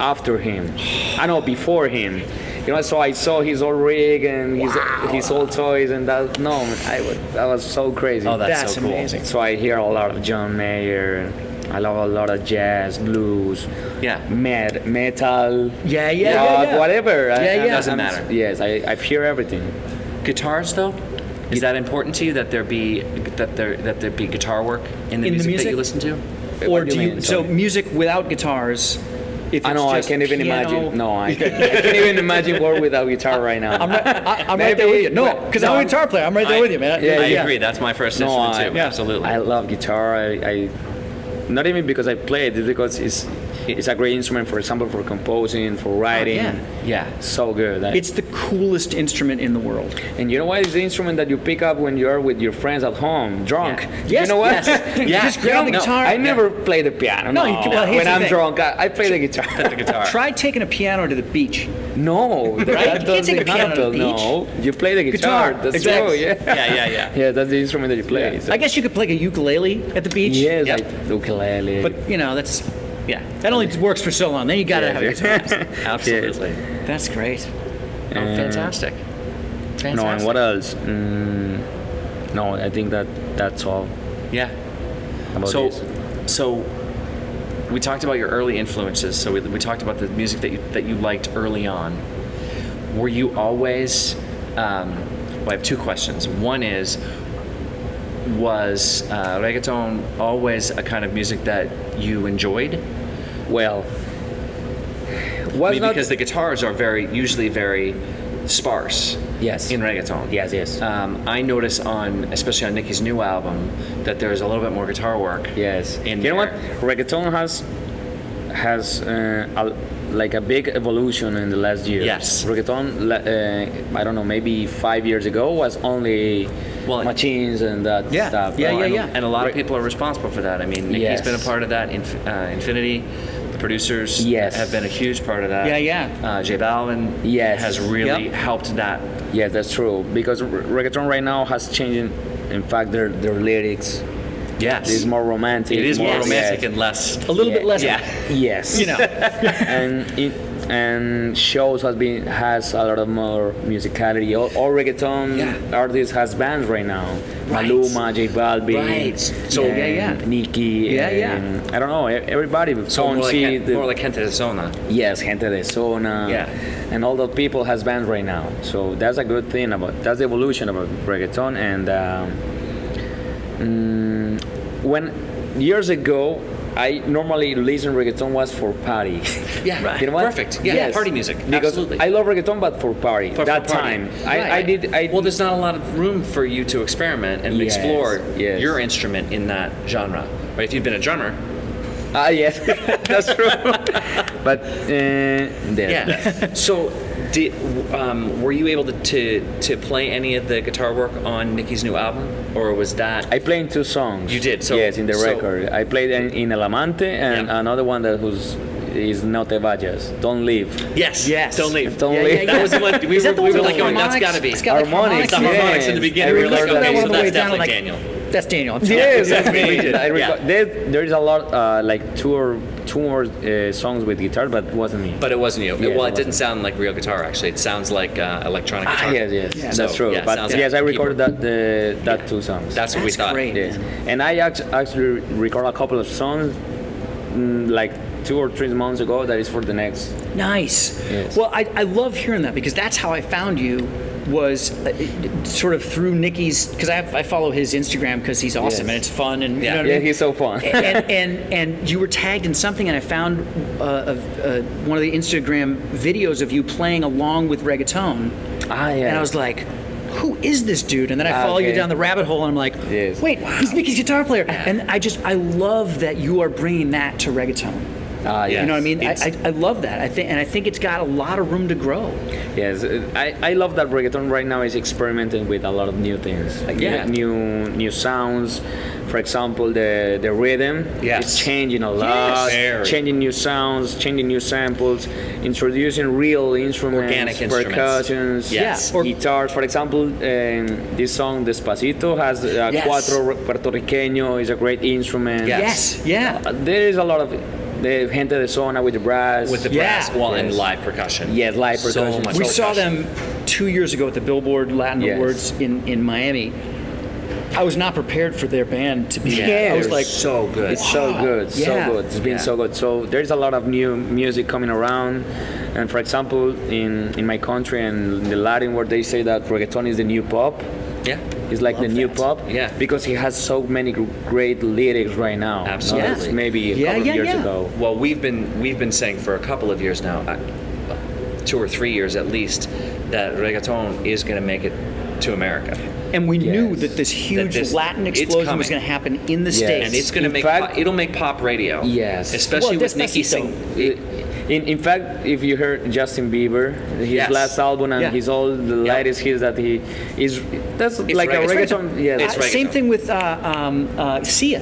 S5: after him. I know before him. You know, so I saw his old rig and his his old toys and that. No, I was that was so crazy.
S4: Oh, that's,
S6: That's
S4: so cool.
S6: amazing.
S5: So I hear a lot of John Mayer. I love a lot of jazz, blues,
S4: Yeah.
S5: med, metal.
S6: Yeah, yeah, yeah,
S5: rock,
S6: yeah.
S5: Whatever. Yeah,
S6: yeah.
S4: Doesn't matter.
S5: Yes, I, I hear everything.
S4: Guitars though, is that important to you that there be that there that there be guitar work in the,
S6: In
S4: music,
S6: the
S4: that
S6: music?
S4: you listen to?
S6: or
S5: do
S6: do
S5: you
S6: you,
S5: mean,
S6: so
S5: sorry?
S6: music without guitars? If
S5: I
S6: it's
S5: know. I
S6: just
S5: can't even
S6: piano-
S5: imagine. No, I can't, I can't even imagine work without guitar right now.
S6: I'm right, I, I'm right there
S5: Maybe,
S6: with you. No,
S5: but-
S6: because
S5: no,
S6: I'm
S5: I'm-
S6: a guitar player. I'm right there
S4: I-
S6: with you, man.
S5: Yeah,
S4: I
S5: yeah.
S4: agree. That's my first
S5: No,
S4: instrument
S5: I-
S4: too.
S5: yeah.
S4: Absolutely.
S5: I love guitar. I, I not even because I play it, it's because it's it's a great instrument. For example, for composing, for writing.
S4: yeah.
S5: So good. I-
S6: Oh, It's the coolest instrument in the world.
S5: And you know what? It's the instrument that you pick up when you're with your friends at home, drunk.
S6: Yes,
S5: you know what?
S6: yes. You just grab the
S5: no,
S6: guitar.
S5: I never play the piano. No,
S6: No, you can- well, here's
S5: when
S6: the
S5: I'm
S6: thing.
S5: drunk, I, I play the guitar.
S4: the guitar.
S6: Try taking a piano to the beach.
S5: no, that- that
S6: You can't
S5: doesn't
S6: take a piano to
S5: happen.
S6: the
S5: No, you play the guitar.
S6: Guitar,
S5: That's
S6: exactly.
S5: true. Yeah.
S4: yeah, yeah, yeah.
S5: yeah, that's the instrument that you play. so-
S6: I guess you could play a ukulele at the beach.
S5: Yes,
S4: Yep.
S5: like ukulele.
S6: But you know, that's yeah. That only works for so long. Then you gotta have a guitar.
S4: Absolutely.
S6: That's great.
S4: Oh, fantastic. Fantastic.
S5: no, and what else? Mm, no, I think that that's all
S4: Yeah.
S5: about
S4: So,
S5: this.
S4: so we talked about your early influences. So we, we talked about the music that you that you liked early on. Were you always? Um, well, I have two questions. One is, was uh, reggaeton always a kind of music that you enjoyed?
S5: Well, was
S4: I mean,
S5: not
S4: because the guitars are very usually very sparse
S5: Yes.
S4: in reggaeton.
S5: Yes, yes.
S4: Um, I notice on, especially on Nicky's new album, that there's a little bit more guitar work.
S5: Yes.
S4: In
S5: you know what?
S4: there.
S5: Reggaeton has has uh, a, like a big evolution in the last years.
S4: Yes.
S5: Reggaeton, le- uh, I don't know, maybe five years ago was only
S4: Well,
S5: machines and that
S4: Yeah,
S5: stuff.
S4: yeah,
S5: No,
S4: yeah,
S5: I don't-
S4: yeah. And a lot of people are responsible for that. I mean, Nicky's
S5: Yes.
S4: been a part of that. Inf- uh, Infinity, the producers
S5: Yes.
S4: have been a huge part of that.
S6: Yeah, yeah.
S4: Uh, J Balvin
S5: Yes.
S4: has really
S6: Yep.
S4: helped that.
S5: Yeah, that's true. Because re- reggaeton right now has changed. In, in fact, their their lyrics
S4: Yes,
S5: is more romantic.
S4: It is more
S5: yes.
S4: romantic and less.
S6: A little
S5: Yeah.
S6: bit less.
S4: Yeah,
S5: Yes.
S6: You know.
S5: and it and shows has been has a lot of more musicality. All, all reggaeton
S4: Yeah.
S5: artists has bands right now.
S6: Right.
S5: Maluma, J Balvin,
S6: Right. So, yeah, yeah.
S5: Nicki,
S6: Yeah, yeah.
S5: and I don't know, e- everybody.
S4: so more like,
S5: Fonsi,
S4: Gen-
S5: the-
S4: more like Gente de Zona.
S5: yes, Gente de Zona,
S4: Yeah.
S5: and all the people has bands right now. So that's a good thing about that's the evolution about reggaeton and. Um, mm, when years ago, I normally listen reggaeton was for party.
S4: Yeah,
S5: You know what?
S4: perfect. Yeah, party music.
S5: Because
S4: Absolutely.
S5: I love reggaeton, but for party.
S4: For- for
S5: that
S4: party.
S5: time,
S4: Right.
S5: I, I did. I
S4: well, there's not a lot of room for you to experiment and
S5: Yes,
S4: explore
S5: yes.
S4: your instrument in that genre. Right? If you've been a drummer,
S5: ah yes, that's true. but uh, there.
S4: yeah. so, did, um, were you able to, to to play any of the guitar work on Nicky's new album, or was that?
S5: I played two songs.
S4: You did, so-
S5: yes, in the
S4: so-
S5: record. I played in, in El Amante and
S4: Yeah.
S5: another one that who's is No Te Vayas. Don't leave.
S4: yes.
S6: Yes.
S4: Don't leave.
S5: Don't
S6: Yeah,
S5: leave.
S6: yeah,
S4: That was the one we
S6: Is
S4: were,
S6: that the
S4: we
S6: one
S4: were
S6: with
S4: like
S6: the
S4: going. That's got to
S6: harmonics?
S4: be.
S6: It's got like
S5: Harmonics,
S6: harmonics.
S4: the harmonics in the
S5: Yes.
S4: beginning.
S5: I
S4: We were like,
S5: remember
S4: okay,
S5: that
S4: so
S5: one
S4: that's
S5: way
S4: definitely
S6: down, like-
S4: Daniel.
S6: That's Daniel. I'm sorry.
S5: Yes,
S4: That's what we did.
S5: I
S4: Yeah.
S5: record- there, there is a lot uh, like two or two more uh, songs with guitar, but wasn't me.
S4: But it wasn't you.
S5: Yeah,
S4: well,
S5: it
S4: it didn't sound like real guitar. Actually, it sounds like uh, electronic
S5: Ah,
S4: guitar.
S5: yes, yes,
S4: So,
S5: that's true.
S4: yeah,
S5: but
S4: sounds like
S5: yes, I
S4: keyboard.
S5: recorded that uh, that two songs.
S4: That's what we
S6: That's
S4: thought.
S6: great.
S5: yes, and I act- actually record a couple of songs mm, like two or three months ago. That is for the next.
S6: Nice.
S5: Yes.
S6: Well, I, I love hearing that because that's how I found you was uh, sort of through Nikki's because I, I follow his Instagram because he's awesome
S5: Yes.
S6: and it's fun and you know what I
S5: Yeah,
S6: mean?
S5: he's so fun.
S4: Eh,
S6: and, and and you were tagged in something, and I found uh, of, uh, one of the Instagram videos of you playing along with reggaeton,
S5: ah, yeah.
S6: and I was like. Who is this dude? And then I
S5: Ah,
S6: follow you
S5: okay.
S6: down the rabbit hole, and I'm like,
S5: Yes.
S6: wait, he's Nicky's guitar player. And I just, I love that you are bringing that to reggaeton.
S5: ah,
S4: Yeah.
S6: You know what I mean? I,
S4: It's-
S6: I, I love that. I think, and I think it's got a lot of room to grow.
S5: Yes, I, I love that reggaeton right now is experimenting with a lot of new things, like
S4: Yeah.
S5: new new sounds. For example, the the rhythm
S4: Yes.
S5: is changing a lot,
S4: Very.
S5: changing new sounds, changing new samples, introducing real instruments,
S4: Organic instruments.
S5: percussions,
S4: Yes.
S6: Yeah, or-
S5: guitars. For example, um, this song "Despacito" has uh,
S6: Yes.
S5: cuatro puertorriqueño is a great instrument.
S4: Yes.
S6: Yeah.
S5: Uh, there is a lot of the gente de zona with the brass.
S4: With the
S6: Yeah.
S4: brass, well, and
S5: Yes.
S4: live percussion.
S5: Yes, live
S4: So
S5: percussion.
S4: much
S6: we
S4: live
S6: saw
S4: percussion.
S6: them two years ago at the Billboard Latin
S5: Yes.
S6: Awards in, in Miami. I was not prepared for their band to be.
S4: Yeah.
S6: I was
S5: They're
S6: like,
S4: so good.
S5: It's so good,
S6: Yeah.
S5: so good. It's been
S4: Yeah.
S5: so good. So there's a lot of new music coming around, and for example, in in my country and the Latin world, they say that reggaeton is the new pop.
S4: Yeah.
S5: It's like the new pop,
S4: Yeah.
S5: because he has so many gr- great lyrics right now. not
S4: Absolutely.
S5: as Maybe a
S6: Yeah,
S5: couple
S6: yeah,
S5: of years
S6: yeah.
S5: ago.
S4: Well, we've been we've been saying for a couple of years now, uh, two or three years at least, that reggaeton is going to make it to America,
S6: and we knew
S5: Yes.
S6: that this huge
S4: this-
S6: Latin
S4: it's
S6: explosion was
S4: coming.
S6: going to happen in the
S5: Yes.
S6: states.
S4: and it's going to
S5: In
S4: make
S5: fact-
S4: pop, it'll make pop radio.
S5: Yes.
S4: Especially
S6: Well,
S4: with Nicki
S6: Despacito.
S4: sing.
S5: In, in fact, if you heard Justin Bieber, his
S4: Yes.
S5: last album and
S6: Yeah.
S5: his all the latest hits that he is that's like a
S4: reggaeton.
S5: reggaeton. Yes,
S4: It's
S6: Uh, same
S4: reggaeton.
S6: thing with uh, um, uh, Sia.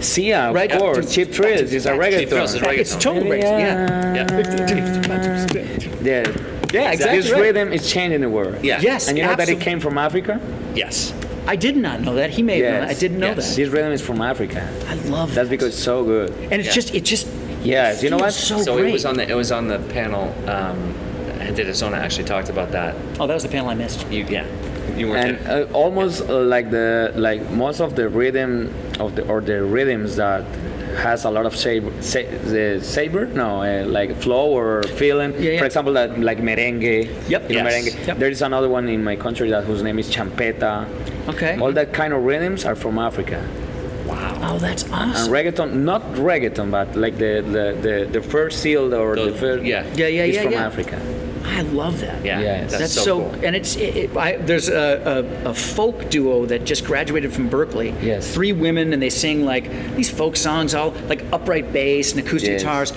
S5: Sia, of
S6: Right, yeah.
S5: course. Cheap Thrills is a
S6: Cheap
S5: reggaeton.
S4: Thrills is
S6: It's
S4: Reggaeton.
S6: total race. Yeah.
S5: Yeah. Yeah.
S6: Yeah, exactly
S5: This
S6: right.
S5: rhythm is changing the world.
S4: Yeah.
S6: Yes.
S5: And you know that
S6: absol-
S5: it came from Africa?
S4: Yes.
S6: I did not know that. He made
S5: Yes.
S6: one. I didn't know
S4: Yes.
S6: that.
S5: This rhythm is from Africa.
S6: I love
S5: That's
S6: that.
S5: because it's so good.
S6: And it's
S4: Yeah.
S6: just, it just.
S5: Yes, you know
S6: feels
S5: what?
S6: So,
S4: so
S6: Oh, great.
S4: it was on the it was on the panel. Um, Gente de Zona actually talked about that.
S6: oh, that was the panel I missed.
S4: You yeah. You weren't.
S5: And
S4: there.
S5: uh, almost uh, like the like most of the rhythm of the or the rhythms that has a lot of sab- sa- the saber no uh, like flow or feeling
S6: Yeah, yeah.
S5: for example that like merengue
S6: Yep.
S5: you know,
S4: Yes.
S5: merengue
S6: Yep.
S5: there is another one in my country that whose name is champeta
S6: Okay.
S5: all that kind of rhythms are from Africa
S6: Oh,
S4: Uh,
S6: that's
S5: and
S6: awesome.
S5: reggaeton, not reggaeton, but like the the, the, the first seal or the,
S4: The-
S5: first
S4: yeah.
S6: Yeah, yeah,
S5: is
S6: yeah,
S5: from
S6: yeah.
S5: Africa.
S6: I love that.
S4: Yeah,
S5: Yeah,
S4: that's,
S6: That's,
S4: so,
S6: so,
S4: cool.
S6: and it's it, it, I, there's a, a, a folk duo that just graduated from Berkeley.
S5: Yes.
S6: Three women, and they sing like these folk songs, all like upright bass and acoustic
S4: Yes.
S6: guitars.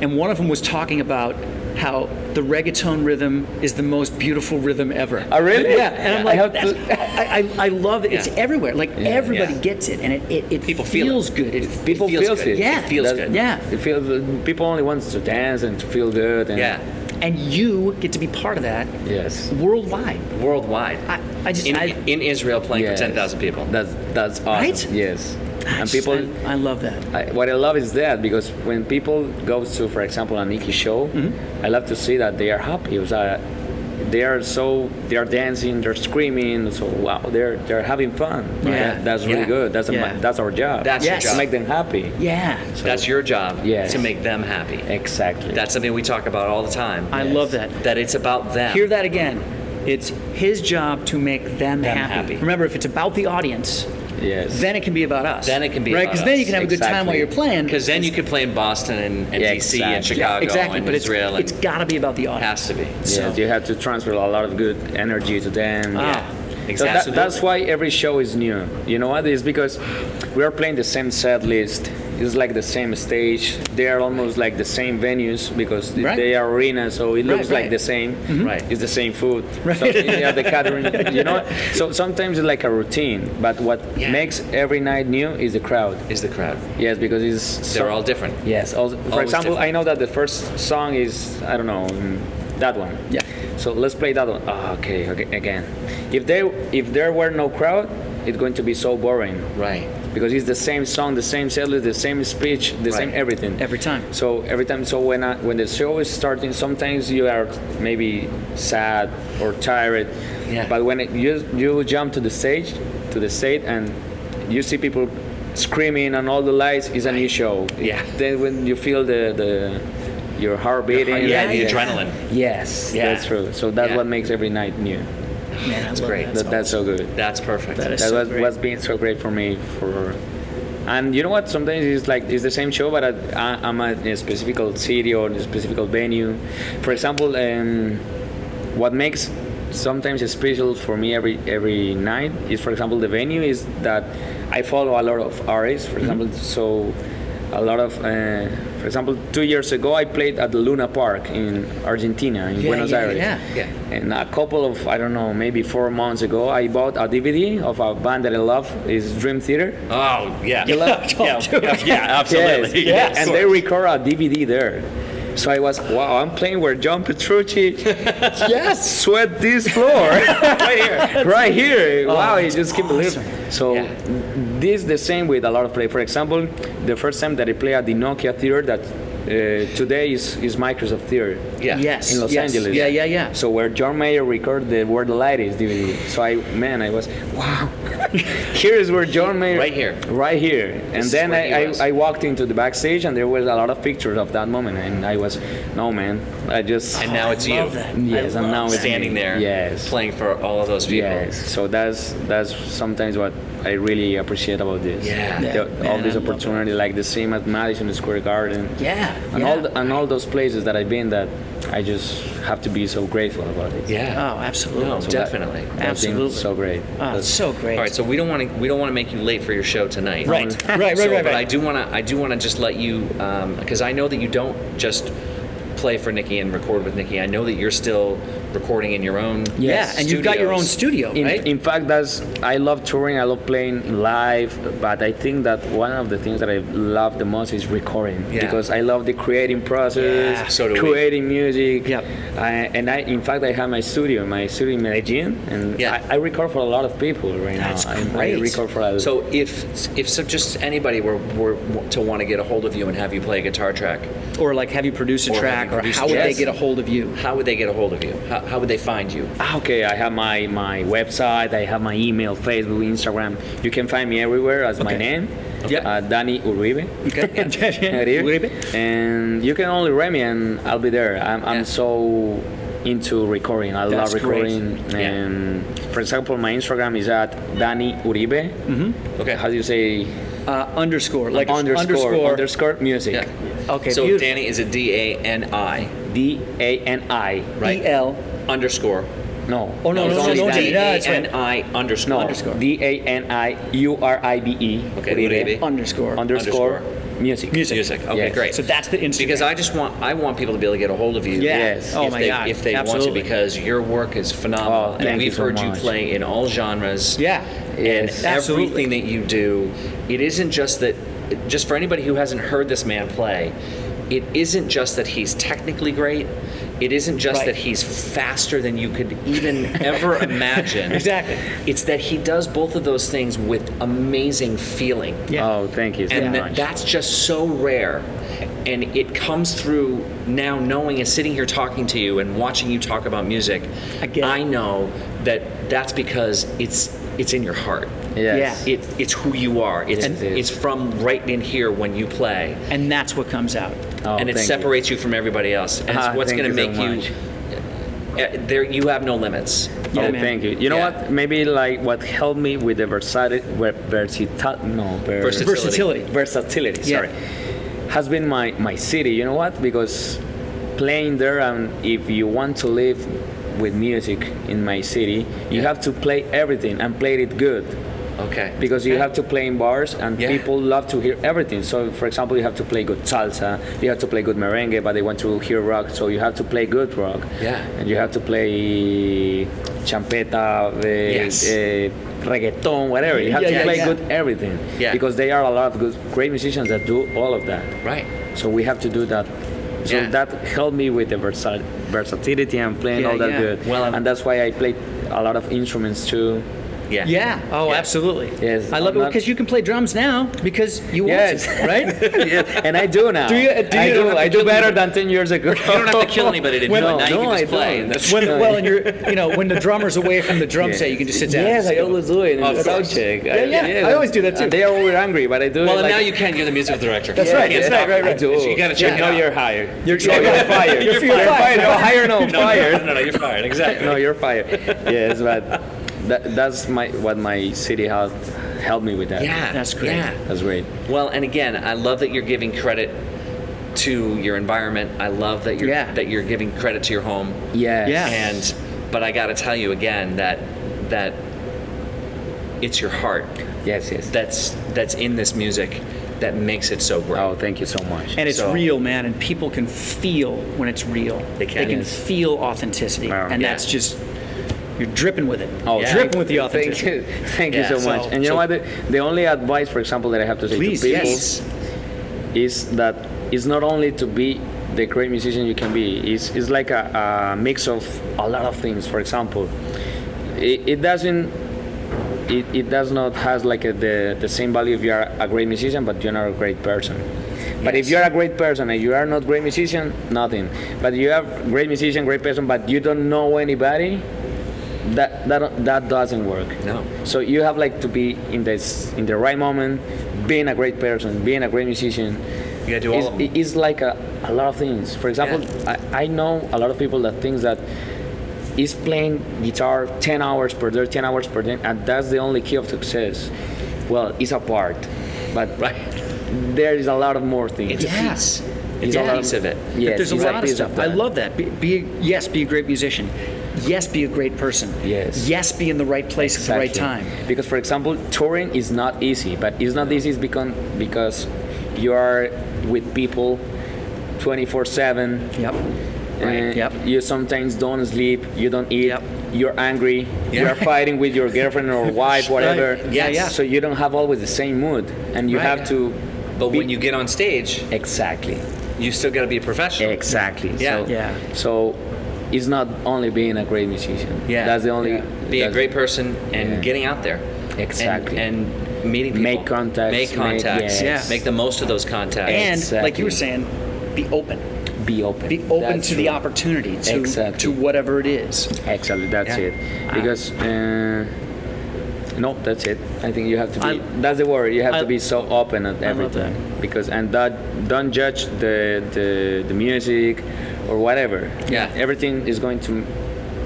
S6: And one of them was talking about how the reggaeton rhythm is the most beautiful rhythm ever.
S5: Oh, really?
S6: Yeah. And I'm
S5: I
S6: like,
S5: have
S6: that's- I, I, I love it. It's
S4: Yeah.
S6: everywhere. Like everybody
S4: yeah.
S6: gets it, and it, it, it
S4: People feel it.
S6: feels good. It,
S5: People
S4: feels
S5: feels
S4: good.
S5: it.
S6: Yeah.
S4: It feels
S5: That's-
S4: good.
S6: Yeah.
S5: It feels, people only want to dance and to feel good. And
S4: Yeah.
S6: and you get to be part of that
S5: Yes.
S6: worldwide.
S4: Worldwide.
S6: I, I just
S4: in,
S6: I,
S4: in Israel playing
S5: Yes.
S4: for 10,000 people.
S5: That's that's awesome.
S6: Right?
S5: Yes.
S6: I
S5: And
S6: just-
S5: people,
S6: I, I love that.
S5: I, what I love is that because when people go to, for example, a Nikki show,
S6: Mm-hmm.
S5: I love to see that they are happy. It's, uh, they are so they are dancing, they're screaming. So wow, they're they're having fun.
S6: Yeah.
S5: That- that's really
S4: Yeah.
S5: good. That's
S6: Yeah.
S5: a, that's our job.
S4: That's
S6: your
S5: to
S6: job.
S5: make them happy.
S6: Yeah.
S4: That's your job
S5: Yes.
S4: to make them happy.
S5: Exactly.
S4: That's something we talk about all the time.
S6: I love that.
S4: That it's about them.
S6: Hear that again. It's his job to make them, happy.
S4: happy.
S6: Remember, if it's about the audience,
S5: yes.
S6: then it can be about us.
S4: Then it can be
S6: right
S4: about
S6: because then you
S4: us.
S6: can have a good time while
S5: Exactly.
S6: you're playing.
S4: Because then you could play in Boston and, and
S5: Yeah,
S4: DC and
S5: exactly.
S4: Chicago
S6: exactly,
S4: and
S6: but it's
S4: Israel.
S6: it's
S4: and
S6: got to be about the
S4: it has
S6: audience.
S4: to be.
S5: Yes, you have to transfer a lot of good energy to them.
S6: Ah,
S5: So that-
S4: Exactly.
S5: that's why every show is new. You know what? It's because we are playing the same set list. It's like the same stage. They are almost like the same venues because th-
S6: Right.
S5: they are arena, so it looks
S6: right.
S5: like the same.
S4: Right.
S5: It's the same food. Right. So you have the catering. You know. So sometimes it's like a routine, but what
S4: Yeah.
S5: makes every night new is the crowd.
S4: Is the crowd.
S5: Yes, because it's
S4: They're
S5: so-
S4: all different.
S5: Yes. Also, for
S4: Always
S5: example,
S4: different.
S5: I know that the first song is I don't know mm, that one.
S6: Yeah.
S5: So let's play that one. Ah, okay, okay. Again, if there if there were no crowd, it's going to be so boring
S4: Right.
S5: because it's the same song, the same seller, the same speech, the same
S4: Right.
S5: everything.
S6: Every time.
S5: So every time. So when I, when the show is starting, sometimes you are maybe sad or tired.
S4: Yeah.
S5: But when it, you you jump to the stage, to the stage, and you see people screaming and all the lights, it's a new show.
S4: Yeah.
S5: Then when you feel the the your heart beating.
S4: yeah,
S5: and
S4: the
S5: yes.
S4: adrenaline.
S5: Yes,
S4: Yeah.
S5: that's true. So that's
S4: Yeah.
S5: what makes every night new.
S6: Man, I love
S4: great.
S6: that.
S5: That, that's so good.
S4: That's perfect.
S6: That is-
S5: That
S6: so
S5: was
S6: great.
S5: what's been so great for me. For and you know what? Sometimes it's like it's the same show, but I, I, I'm at a specific city or a specific venue. For example, um, what makes sometimes it special for me every every night is, for example, the venue is that I follow a lot of artists.
S4: Mm-hmm.
S5: For example, so a lot of, uh, for example, two years ago I played at the Luna Park in Argentina in
S6: Yeah,
S5: Buenos
S6: yeah,
S5: Aires.
S6: yeah.
S4: Yeah.
S5: And a couple of, I don't know, maybe four months ago, I bought a DVD of a band that I love, is Dream Theater.
S4: oh, yeah.
S5: You love-
S4: yeah, yeah, yeah, absolutely.
S5: Yes.
S4: Yeah,
S5: And they record a DVD there. So I was, wow, I'm playing where John Petrucci yes. sweat this floor. right here. Right here. wow, you just can't believe it. So
S4: Yeah.
S5: this the same with a lot of play. For example, the first time that I play at the Nokia Theater that uh, today is, is Microsoft Theater.
S4: Yeah.
S6: Yes.
S5: In Los
S6: yes.
S5: Angeles.
S6: Yeah, yeah, yeah.
S5: So where John Mayer recorded the Where the Light Is DVD. So I, man, I was, wow. here is where John Mayer.
S4: Right here.
S5: Right here. And
S4: is
S5: then
S4: where he
S5: I,
S4: was.
S5: I, I walked into the backstage and there was a lot of pictures of that moment. And I was, no, man, I just.
S4: And now it's
S6: I love
S4: you.
S6: that.
S5: Yes,
S6: I
S5: and now
S6: love
S5: it's
S6: that.
S4: Standing
S5: me.
S4: there.
S5: Yes.
S4: Playing for all of those people.
S5: Yes. So that's that's sometimes what I really appreciate about this.
S4: Yeah.
S6: Yeah,
S5: The- all
S6: man,
S5: this
S6: I love
S5: opportunity, like the same at Madison Square Garden.
S6: Yeah.
S5: And
S6: yeah.
S5: all the, and all those places that I've been, that I just have to be so grateful about it.
S4: Yeah.
S6: oh, absolutely.
S4: No,
S5: So that-
S4: definitely.
S5: that's been
S6: Absolutely.
S5: So great.
S6: Oh, it's so great.
S4: All right, so we don't want to we don't want to make you late for your show tonight.
S6: Right. Right, right,
S4: So,
S6: right,
S4: But
S6: right.
S4: I do want to I do want to just let you because I know that you don't just play for Nikki and record with Nikki. I know that you're still recording in your own.
S6: yeah, and you've got your own
S4: studios.
S6: studio,
S5: in,
S6: right?
S5: in fact, that's I love touring. I love playing live, but I think that one of the things that I love the most is recording
S4: Yeah.
S5: because I love the creating process,
S4: Yeah, so do we.
S5: creating music.
S6: Yep.
S5: I, and I, in fact, I have my studio, my studio in Medellin, and
S4: Yeah.
S5: I, I record for a lot of people right
S6: That's
S5: now. I- I
S6: great.
S5: record for a
S4: So if if so just anybody were, were to want to get a hold of you and have you play a guitar track,
S6: or like have you produce a
S4: Or have
S6: track,
S4: you
S6: or
S4: produce
S6: how would
S4: a
S6: they
S4: track.
S6: get a hold of you?
S4: how would they get a hold of you? How, how would they find you?
S5: Ah, Okay, I have my, my website, I have my email, Facebook, Instagram. You can find me everywhere as my name,
S6: Okay.
S5: uh, Danny Uribe. Uribe.
S6: Uribe.
S5: And you can only write me and I'll be there. I'm, I'm
S4: Yeah.
S5: so into recording. I
S6: That's
S5: love recording.
S4: great. Yeah.
S5: And for example, my Instagram is at Danny Uribe. Mm-hmm.
S4: Okay.
S5: How do you say
S6: Uh, underscore, like it's
S5: underscore,
S6: underscore.
S5: underscore music?
S4: Yeah.
S5: Okay,
S4: So
S5: beautiful.
S4: Danny is a D A N I
S5: D A N I.
S4: Right.
S6: E L.
S4: underscore.
S5: No.
S6: Oh, no,
S5: it's
S6: no, no,
S5: only
S6: no,
S5: Danny.
S6: D- no, that's right.
S4: D A N I underscore.
S5: No,
S4: Underscore.
S5: D A N I U R I B E.
S4: Okay, Uribe.
S6: Underscore.
S5: Underscore
S4: Underscore.
S5: music.
S4: Music. Music. Okay,
S5: Yes.
S4: great.
S6: so that's the Instagram.
S4: because I just want I want people to be able to get a hold of you.
S6: yeah.
S5: Yes.
S6: Oh
S4: if
S6: my
S4: they,
S6: god.
S4: If they
S6: Absolutely.
S4: want to, because your work is phenomenal,
S5: Oh,
S4: and
S5: thank you
S4: we've
S5: so
S4: heard you
S5: much.
S4: play in all genres.
S6: Yeah.
S4: and
S5: Yes.
S6: Absolutely.
S4: everything that you do, it isn't just that. Just for anybody who hasn't heard this man play, it isn't just that he's technically great. It isn't just
S6: Right.
S4: that he's faster than you could even ever imagine.
S6: Exactly.
S4: It's that he does both of those things with amazing feeling
S6: Yeah.
S5: Oh, thank you so
S4: and that,
S5: much.
S4: that's just so rare and it comes through now knowing and sitting here talking to you and watching you talk about music
S6: I get it.
S4: know that that's because it's it's in your heart
S5: yes.
S4: it, it's who you are it's,
S5: And-
S4: it's from right in here when you play
S6: and that's what comes out.
S5: Oh,
S4: and it
S5: thank you.
S4: separates you. from everybody else and
S5: Ah,
S4: it's what's
S5: thank
S4: going to
S5: you so
S4: make you uh, there you have no limits
S6: Yeah,
S5: oh,
S6: man.
S5: thank you. You know
S4: Yeah.
S5: what? Maybe like what helped me with the versatility, versati- no, ver-
S4: Versatility.
S6: Versatility.
S5: versatility.
S6: Yeah.
S5: Sorry, has been my my city. You know what? Because playing there, and if you want to live with music in my city, you have to play everything and play it good.
S4: okay
S5: because you have to play in bars and
S4: Yeah.
S5: people love to hear everything. So, for example, you have to play good salsa, you have to play good merengue, but they want to hear rock, so you have to play good rock.
S4: Yeah.
S5: And you have to play champeta, uh,
S4: Yes.
S5: uh, reggaeton, whatever. You have
S6: Yeah,
S5: to
S6: yeah,
S5: play
S6: yeah.
S5: good everything
S4: Yeah.
S5: because there are a lot of good, great musicians that do all of that.
S4: right
S5: So we have to do that. So
S4: Yeah.
S5: that helped me with the versa- versatility and playing
S6: Yeah,
S5: all that
S6: yeah.
S5: good.
S4: Well, I'm-
S5: and that's why I played a lot of instruments too.
S4: yeah
S6: Yeah. Oh,
S4: Yeah.
S6: absolutely.
S5: Yes.
S6: I love
S5: I'm
S6: it
S5: not-
S6: because you can play drums now because you want
S5: Yes.
S6: to, right?
S5: Yeah, and I do now.
S6: Do you- do
S5: I
S6: you-
S5: do,
S6: don't have
S5: I
S6: to
S5: do
S6: kill
S5: better than 10 years ago. You
S4: don't have to kill anybody to do it.
S5: No,
S4: Now you
S5: no,
S4: can just
S5: I
S4: play.
S5: Don't.
S4: That's-
S6: when, well, and you're, you know, when the drummer's away from the drum set, you can just sit down.
S5: Yes, I always do it in the sound
S4: course.
S5: check.
S6: Yeah, yeah, I always do that too.
S5: And they are always angry, but I do it.
S4: well, and
S5: like,
S4: now you can. You're the music director.
S6: That's right. That's right. Right.
S5: I
S6: Right.
S5: do.
S4: You gotta check it
S5: No,
S4: out.
S5: you're hired.
S6: You're-
S5: no, you're fired.
S6: You're fired.
S5: No, hired. No,
S4: No, no,
S5: fired.
S4: no, no, no, you're fired. Exactly.
S5: No, you're fired. Yes, but that, that's my what my city has helped me with that.
S4: Yeah,
S6: That's great.
S4: Yeah.
S5: that's great.
S4: Well, and again, I love that you're giving credit to your environment. I love that you're
S6: Yeah.
S4: that you're giving credit to your home.
S5: Yes.
S6: Yeah.
S4: And but I got to tell you again that that it's your heart
S5: Yes. Yes.
S4: that's that's in this music that makes it so great.
S5: oh, thank you so much.
S6: And it's
S4: So-
S6: real, man, and people can feel when it's real.
S4: They can. Yes.
S6: feel authenticity,
S5: Wow.
S6: and
S4: Yeah.
S6: that's just you're dripping with it.
S5: Oh,
S6: You're
S5: yeah.
S6: dripping with the
S5: Thank
S6: authenticity.
S5: you, thank
S4: Yeah,
S5: you so
S4: so-
S5: much. And you know what? The, the only advice, for example, that I have to say
S6: Please,
S5: to people
S6: yes.
S5: is that it's not only to be the great musician you can be. It's, it's like a, a mix of a lot of things. For example, it, it doesn't. It, it does not has like a, the, the same value if you are a great musician but you're not a great person. But if you're a great person and you are not great musician, nothing. But you are great musician, great person, but you don't know anybody, that that that doesn't work.
S4: No.
S5: So you have like to be in this in the right moment, being a great person, being a great musician.
S4: You gotta do all
S5: It's-
S4: of 'em.
S5: It's like a, a lot of things. For example, I, I know a lot of people that thinks that is playing guitar 10 hours per day, 10 hours per day, and that's the only key of success. Well, it's a part, but
S4: Right.
S5: there is a lot of more things.
S4: It's a piece. It's
S5: Yeah.
S4: a piece of it.
S5: Yeah. Yes,
S6: There's a
S5: he's a
S6: lot of
S5: piece
S6: stuff.
S5: of
S6: I
S5: that.
S6: love that. Be, be yes, be a great musician. Yes, be a great person.
S5: Yes.
S6: Yes, be in the right place at the right
S5: Exactly.
S6: time.
S5: Because, for example, touring is not easy, but it's not easy because because you are with people 24 seven.
S6: Yep.
S5: and
S6: Yep.
S5: You sometimes don't sleep. You don't eat.
S6: Yep.
S5: You're angry. You're fighting with your girlfriend or wife, whatever.
S4: Yeah, yeah.
S5: So you don't have always the same mood, and you
S6: Right.
S5: have to.
S4: But
S5: be-
S4: when you get on stage,
S5: exactly,
S4: you still got to be a professional.
S5: exactly.
S4: Yeah.
S5: So,
S6: Yeah.
S5: So it's not only being a great musician.
S4: Yeah.
S5: That's the only.
S4: Be a
S5: that's-
S4: great person and
S5: Yeah.
S4: getting out there.
S5: Exactly.
S4: And, and meeting people.
S5: Make contacts, make-
S4: Make contacts.
S6: yes.
S4: Make the most of those contacts.
S6: And like you were
S5: Exactly.
S6: saying, be open.
S5: Be open.
S6: Be open
S5: That's
S6: to the
S5: true.
S6: opportunity to
S5: Exactly.
S6: to whatever it is.
S5: Exactly, that's
S4: Yeah.
S6: Ah.
S5: it. Because uh, no, that's it. I think you have to be.
S6: I-
S5: that's the word. You have
S6: I-
S5: to be so open at
S6: I love
S5: everything. Because and that don't judge the, the the music or whatever.
S4: Yeah.
S5: everything is going to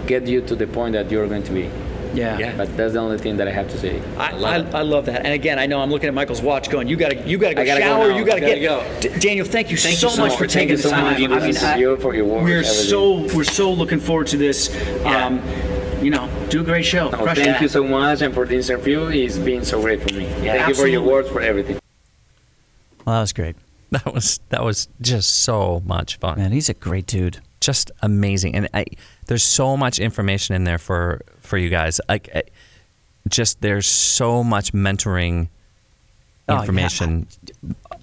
S5: get you to the point that you're going to be.
S6: Yeah.
S4: Yeah.
S5: But that's the only thing that I have to say.
S6: I, I, I love that. And again, I know I'm looking at Michael's watch going, you got to you gotta go
S5: I gotta go
S6: shower,
S5: now.
S6: you got to
S5: Gotta go.
S6: get. D- Daniel, thank you
S4: Thank
S6: so
S4: you so
S6: much
S4: much.
S6: for
S4: Thank
S6: taking
S4: you
S6: the
S4: so
S6: time.
S4: much. You
S6: I
S4: guys
S6: mean,
S4: are
S6: I-
S5: you for your work.
S6: we're
S5: everything.
S6: so we're so looking forward to this.
S4: Yeah.
S6: Um, you know, do a great show.
S5: Oh,
S6: Crush
S5: thank
S6: it.
S5: you so much, and for the interview, it's been so great for me. thank you for your
S6: Absolutely.
S5: words, for everything.
S1: Well, that was great.
S3: That was that was just so much fun.
S1: Man, he's a great dude.
S3: just amazing and I, there's so much information in there for for you guys like I, just there's so much mentoring
S1: Oh, yeah.
S3: information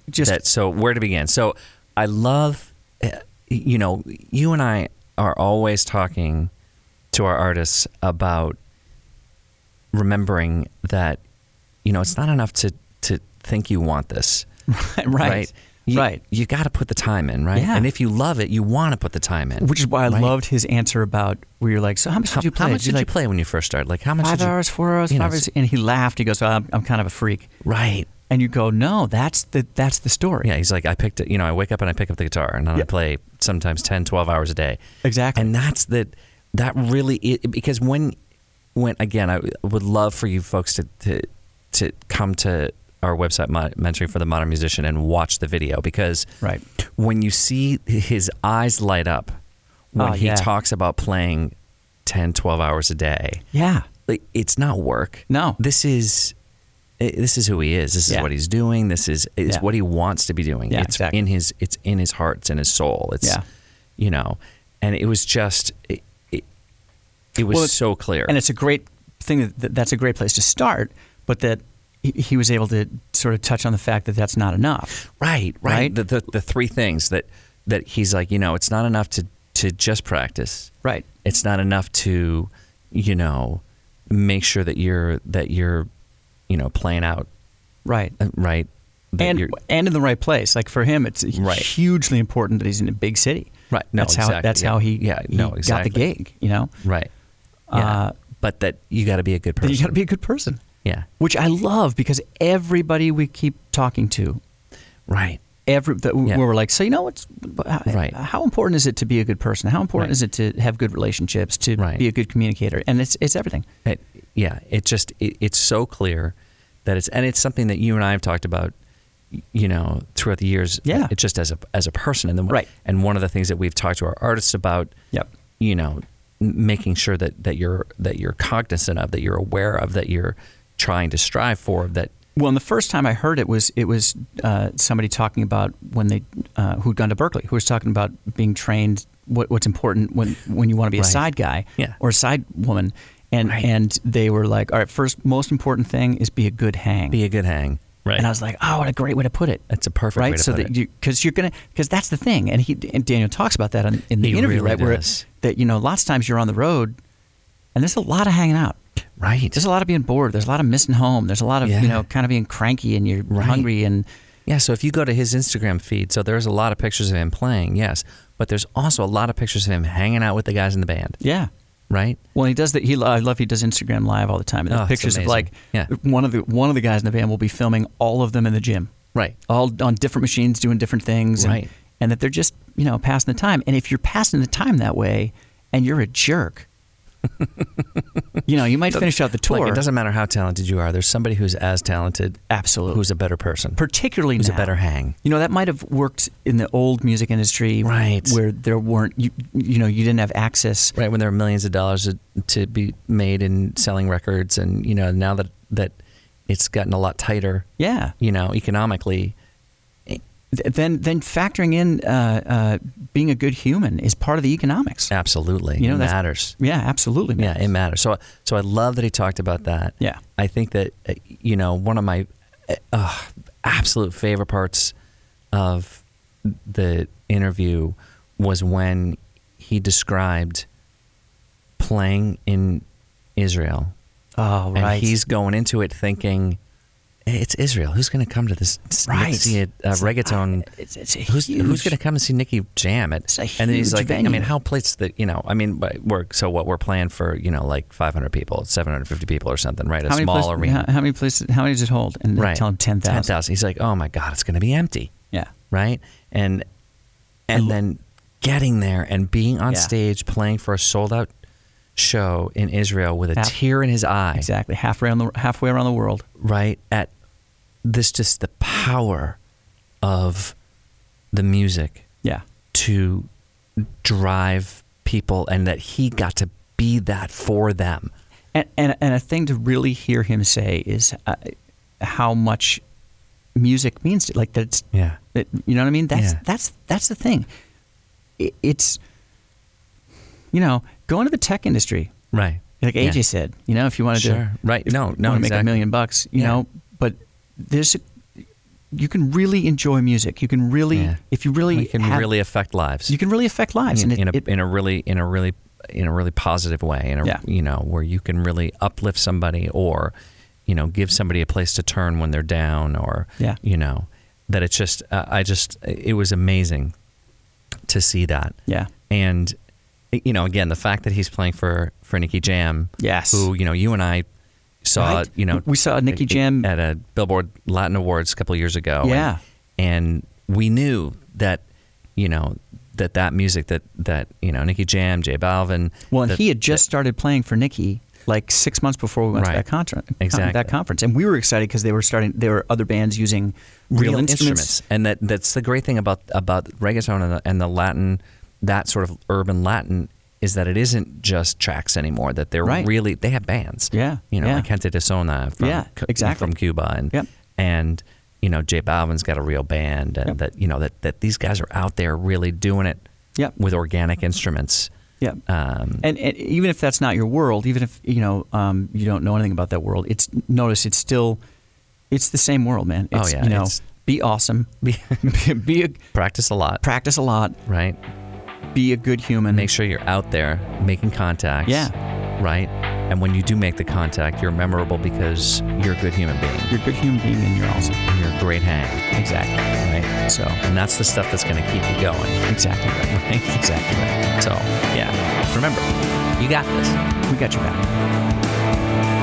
S1: Just
S3: that so where to begin so i love eh, you know you and i are always talking to our artists about remembering that you know it's not enough to to think you want this
S1: right, right.
S3: you, you got to put the time in right
S1: Yeah.
S3: and if you love it you want to put the time in
S1: Which is why I
S3: right?
S1: loved his answer about where you're like, so how much
S3: How,
S1: did you
S3: how
S1: play?
S3: much did you,
S1: like
S3: play when you first started? Like how much?
S1: Five
S3: did you,
S1: hours, four hours,
S3: you know,
S1: five hours, and he laughed. He goes, oh, I'm, I'm kind of a freak.
S3: Right.
S1: And you go, no, that's the that's the story.
S3: Yeah. He's like, I picked it. You know, I wake up and I pick up the guitar and then I
S1: Yeah.
S3: play sometimes 10, 12 hours a day.
S1: Exactly.
S3: And that's the that really it, because when when again, I would love for you folks to to, to come to our website Mo- mentoring for the modern musician and watch the video because
S1: Right.
S3: when you see his eyes light up when
S1: Oh,
S3: he
S1: yeah.
S3: talks about playing 10 12 hours a day
S1: Yeah.
S3: like it's not work.
S1: No.
S3: this is i- this is who he is. This is
S1: Yeah.
S3: what he's doing. This is it's
S1: Yeah.
S3: what he wants to be doing.
S1: Yeah,
S3: it's
S1: exactly.
S3: in his it's in his heart. It's in his soul. It's
S1: Yeah.
S3: you know, and it was just it it, it was
S1: Well, it's-
S3: so clear.
S1: And it's a great thing. That, that's a great place to start. But that he, he was able to sort of touch on the fact that that's not enough.
S3: right, right.
S1: right?
S3: The, the the three things that that he's like you know it's not enough to to just practice.
S1: Right.
S3: It's not enough to you know make sure that you're that you're you know playing out
S1: Right.
S3: uh, right. that
S1: and
S3: you're-
S1: and in the right place. Like for him, it's
S3: Right.
S1: hugely important that he's in a big city.
S3: Right. No,
S1: that's how
S3: exactly.
S1: that's
S3: Yeah.
S1: how he,
S3: Yeah,
S1: he
S3: no,
S1: got
S3: exactly.
S1: the gig. You know,
S3: Right. Yeah.
S1: Uh,
S3: but that you got to be a good
S1: That
S3: person.
S1: you got to be a good person.
S3: Yeah.
S1: Which I love because everybody we keep talking to,
S3: Right.
S1: every that
S3: Yeah.
S1: where we're like, so you know what's how,
S3: Right.
S1: how important is it to be a good person? How important
S3: Right.
S1: is it to have good relationships? To
S3: Right.
S1: be a good communicator? And it's it's everything.
S3: It, yeah. It just it, it's so clear that it's and it's something that you and I have talked about. y- You know, throughout the years.
S1: Yeah.
S3: It's just as a as a person, and then
S1: Right.
S3: And one of the things that we've talked to our artists about.
S1: Yep.
S3: You know, m- making sure that that you're that you're cognizant of, that you're aware of, that you're trying to strive for, that
S1: Well, and the first time I heard it was it was uh, somebody talking about when they uh, who'd gone to Berkeley, who was talking about being trained what, what's important when when you want to be
S3: Right.
S1: a side guy
S3: Yeah.
S1: or a side woman, and
S3: Right.
S1: and they were like, all right, first most important thing is be a good hang.
S3: be a good hang. Right.
S1: And I was like, oh, what a great way to put it.
S3: That's a perfect
S1: right?
S3: way to
S1: so
S3: put
S1: that
S3: it.
S1: you because you're gonna because that's the thing, and he and Daniel talks about that in, in the
S3: He
S1: interview,
S3: really
S1: right? Where
S3: does.
S1: it, that you know, lots of times you're on the road, and there's a lot of hanging out.
S3: right.
S1: There's a lot of being bored. There's a lot of missing home. There's a lot of
S3: Yeah.
S1: you know, kind of being cranky and you're
S3: Right.
S1: hungry and
S3: Yeah, so if you go to his Instagram feed, so there's a lot of pictures of him playing, yes, but there's also a lot of pictures of him hanging out with the guys in the band,
S1: yeah.
S3: right?
S1: Well, he does that. He I love he does Instagram live all the time. And
S3: Oh,
S1: there's
S3: it's
S1: pictures of
S3: amazing.
S1: like
S3: Yeah.
S1: one of the one of the guys in the band will be filming all of them in the gym,
S3: Right.
S1: All on different machines doing different things, and,
S3: Right.
S1: And that they're just you know passing the time. And if you're passing the time that way, and you're a jerk, you know you might finish out the tour.
S3: Look, it doesn't matter how talented you are. There's somebody who's as talented,
S1: absolutely.
S3: who's a better person,
S1: particularly
S3: who's
S1: now.
S3: a better hang.
S1: You know that might have worked in the old music industry,
S3: Right.
S1: Where there weren't you, you know, you didn't have access.
S3: Right when there are millions of dollars to, to be made in selling records, and you know now that that it's gotten a lot tighter,
S1: Yeah.
S3: you know, economically,
S1: Th- then then factoring in uh, uh, being a good human is part of the economics.
S3: absolutely,
S1: You know,
S3: it
S1: that's-
S3: matters.
S1: Yeah, absolutely.
S3: Yeah,
S1: Matters.
S3: it matters. So, so I love that he talked about that.
S1: Yeah.
S3: I think that uh, you know one of my uh, uh, absolute favorite parts of the interview was when he described playing in Israel,
S1: oh,
S3: and
S1: right.
S3: he's going into it thinking. It's Israel. Who's going to come to this?
S1: Right.
S3: See a, a
S1: It's- uh,
S3: reggaeton.
S1: it's- it's a
S3: who's who's
S1: huge-
S3: going to come and see Nicki jam it?
S1: It's a
S3: and then he's
S1: huge
S3: like, I mean,
S1: venue.
S3: how plates that you know? I mean, but we're so what we're playing for you know like 500 people, 750 people or something, right? A
S1: how many
S3: small
S1: places,
S3: arena,
S1: How, how many places? How many does it hold? And they
S3: right?
S1: tell him ten thousand.
S3: 10,000. He's like, oh my god, it's going to be empty,
S1: Yeah.
S3: right? And and then getting there and being on
S1: Yeah.
S3: stage playing for a sold out show in Israel with a
S1: Half-
S3: tear in his eye,
S1: Exactly. Halfway around the halfway around the world.
S3: right? At this, just the power of the music
S1: Yeah.
S3: to drive people, and that he got to be that for them.
S1: And and and a thing to really hear him say is uh, how much music means to like that. It's,
S3: Yeah.
S1: that- you know what I mean? That's
S3: Yeah.
S1: that's that's the thing. It, it's you know go into the tech industry.
S3: Right.
S1: Like AJ
S3: Yeah.
S1: said, you know, if you wanted
S3: Sure.
S1: to,
S3: Right.
S1: if
S3: No,
S1: you
S3: no,
S1: wanna make
S3: exactly.
S1: a million bucks, you
S3: Yeah.
S1: know, but there's, a, you can really enjoy music. You can really,
S3: Yeah.
S1: if you really,
S3: We can
S1: have-
S3: really affect lives.
S1: you can really affect lives, and
S3: in,
S1: it,
S3: in a
S1: it-
S3: in a really in a really in a really positive way in a
S1: Yeah.
S3: you know where you can really uplift somebody or you know give somebody a place to turn when they're down or
S1: Yeah.
S3: you know that it's just uh, I just it was amazing to see that
S1: Yeah.
S3: and you know again the fact that he's playing for for Nicky Jam
S1: Yes.
S3: who you know you and I saw
S1: Right?
S3: you know
S1: We saw Nicky Jam-
S3: at a Billboard Latin Awards a couple years ago and-
S1: Mm. Yeah.
S3: and we knew that you know that that music that that you know Nicky Jam, Jay Balvin.
S1: well, and
S3: that-
S1: he had just started playing for Nikki like six months before we went
S3: Right.
S1: to that conference,
S3: Exactly.
S1: that conference, and we were excited because they were starting. There were other bands using
S3: that-
S1: real instruments.
S3: and that that's the great thing about about reggaeton and the, and the Latin that sort of urban Latin is that it isn't just tracks anymore. That they're
S1: Right.
S3: really they have bands.
S1: Yeah,
S3: you know,
S1: yeah.
S3: like Gente de Sona from
S1: Yeah,
S3: Cu-
S1: exactly.
S3: from Cuba and
S1: Yep.
S3: and you know Jay Balvin's got a real band and
S1: Yep.
S3: that you know that that these guys are out there really doing it.
S1: Yep.
S3: with organic instruments.
S1: Yep.
S3: Um,
S1: and, and even if that's not your world, even if you know um, you don't know anything about that world, it's notice it's still it's the same world, man.
S3: Oh,
S1: It's,
S3: yeah,
S1: you know,
S3: it's-
S1: be awesome, be, be a,
S3: practice a lot,
S1: practice a lot,
S3: right?
S1: be a good human.
S3: Make sure you're out there making contacts.
S1: Yeah.
S3: Right? And when you do make the contact, you're memorable because you're a good human being.
S1: you're a good human being and you're awesome.
S3: You're a great hang,
S1: Exactly.
S3: right?
S1: So
S3: And that's the stuff that's going to keep you going.
S1: exactly right.
S3: Right?
S1: Exactly right.
S3: So, yeah. Remember, you got this.
S1: We got your back.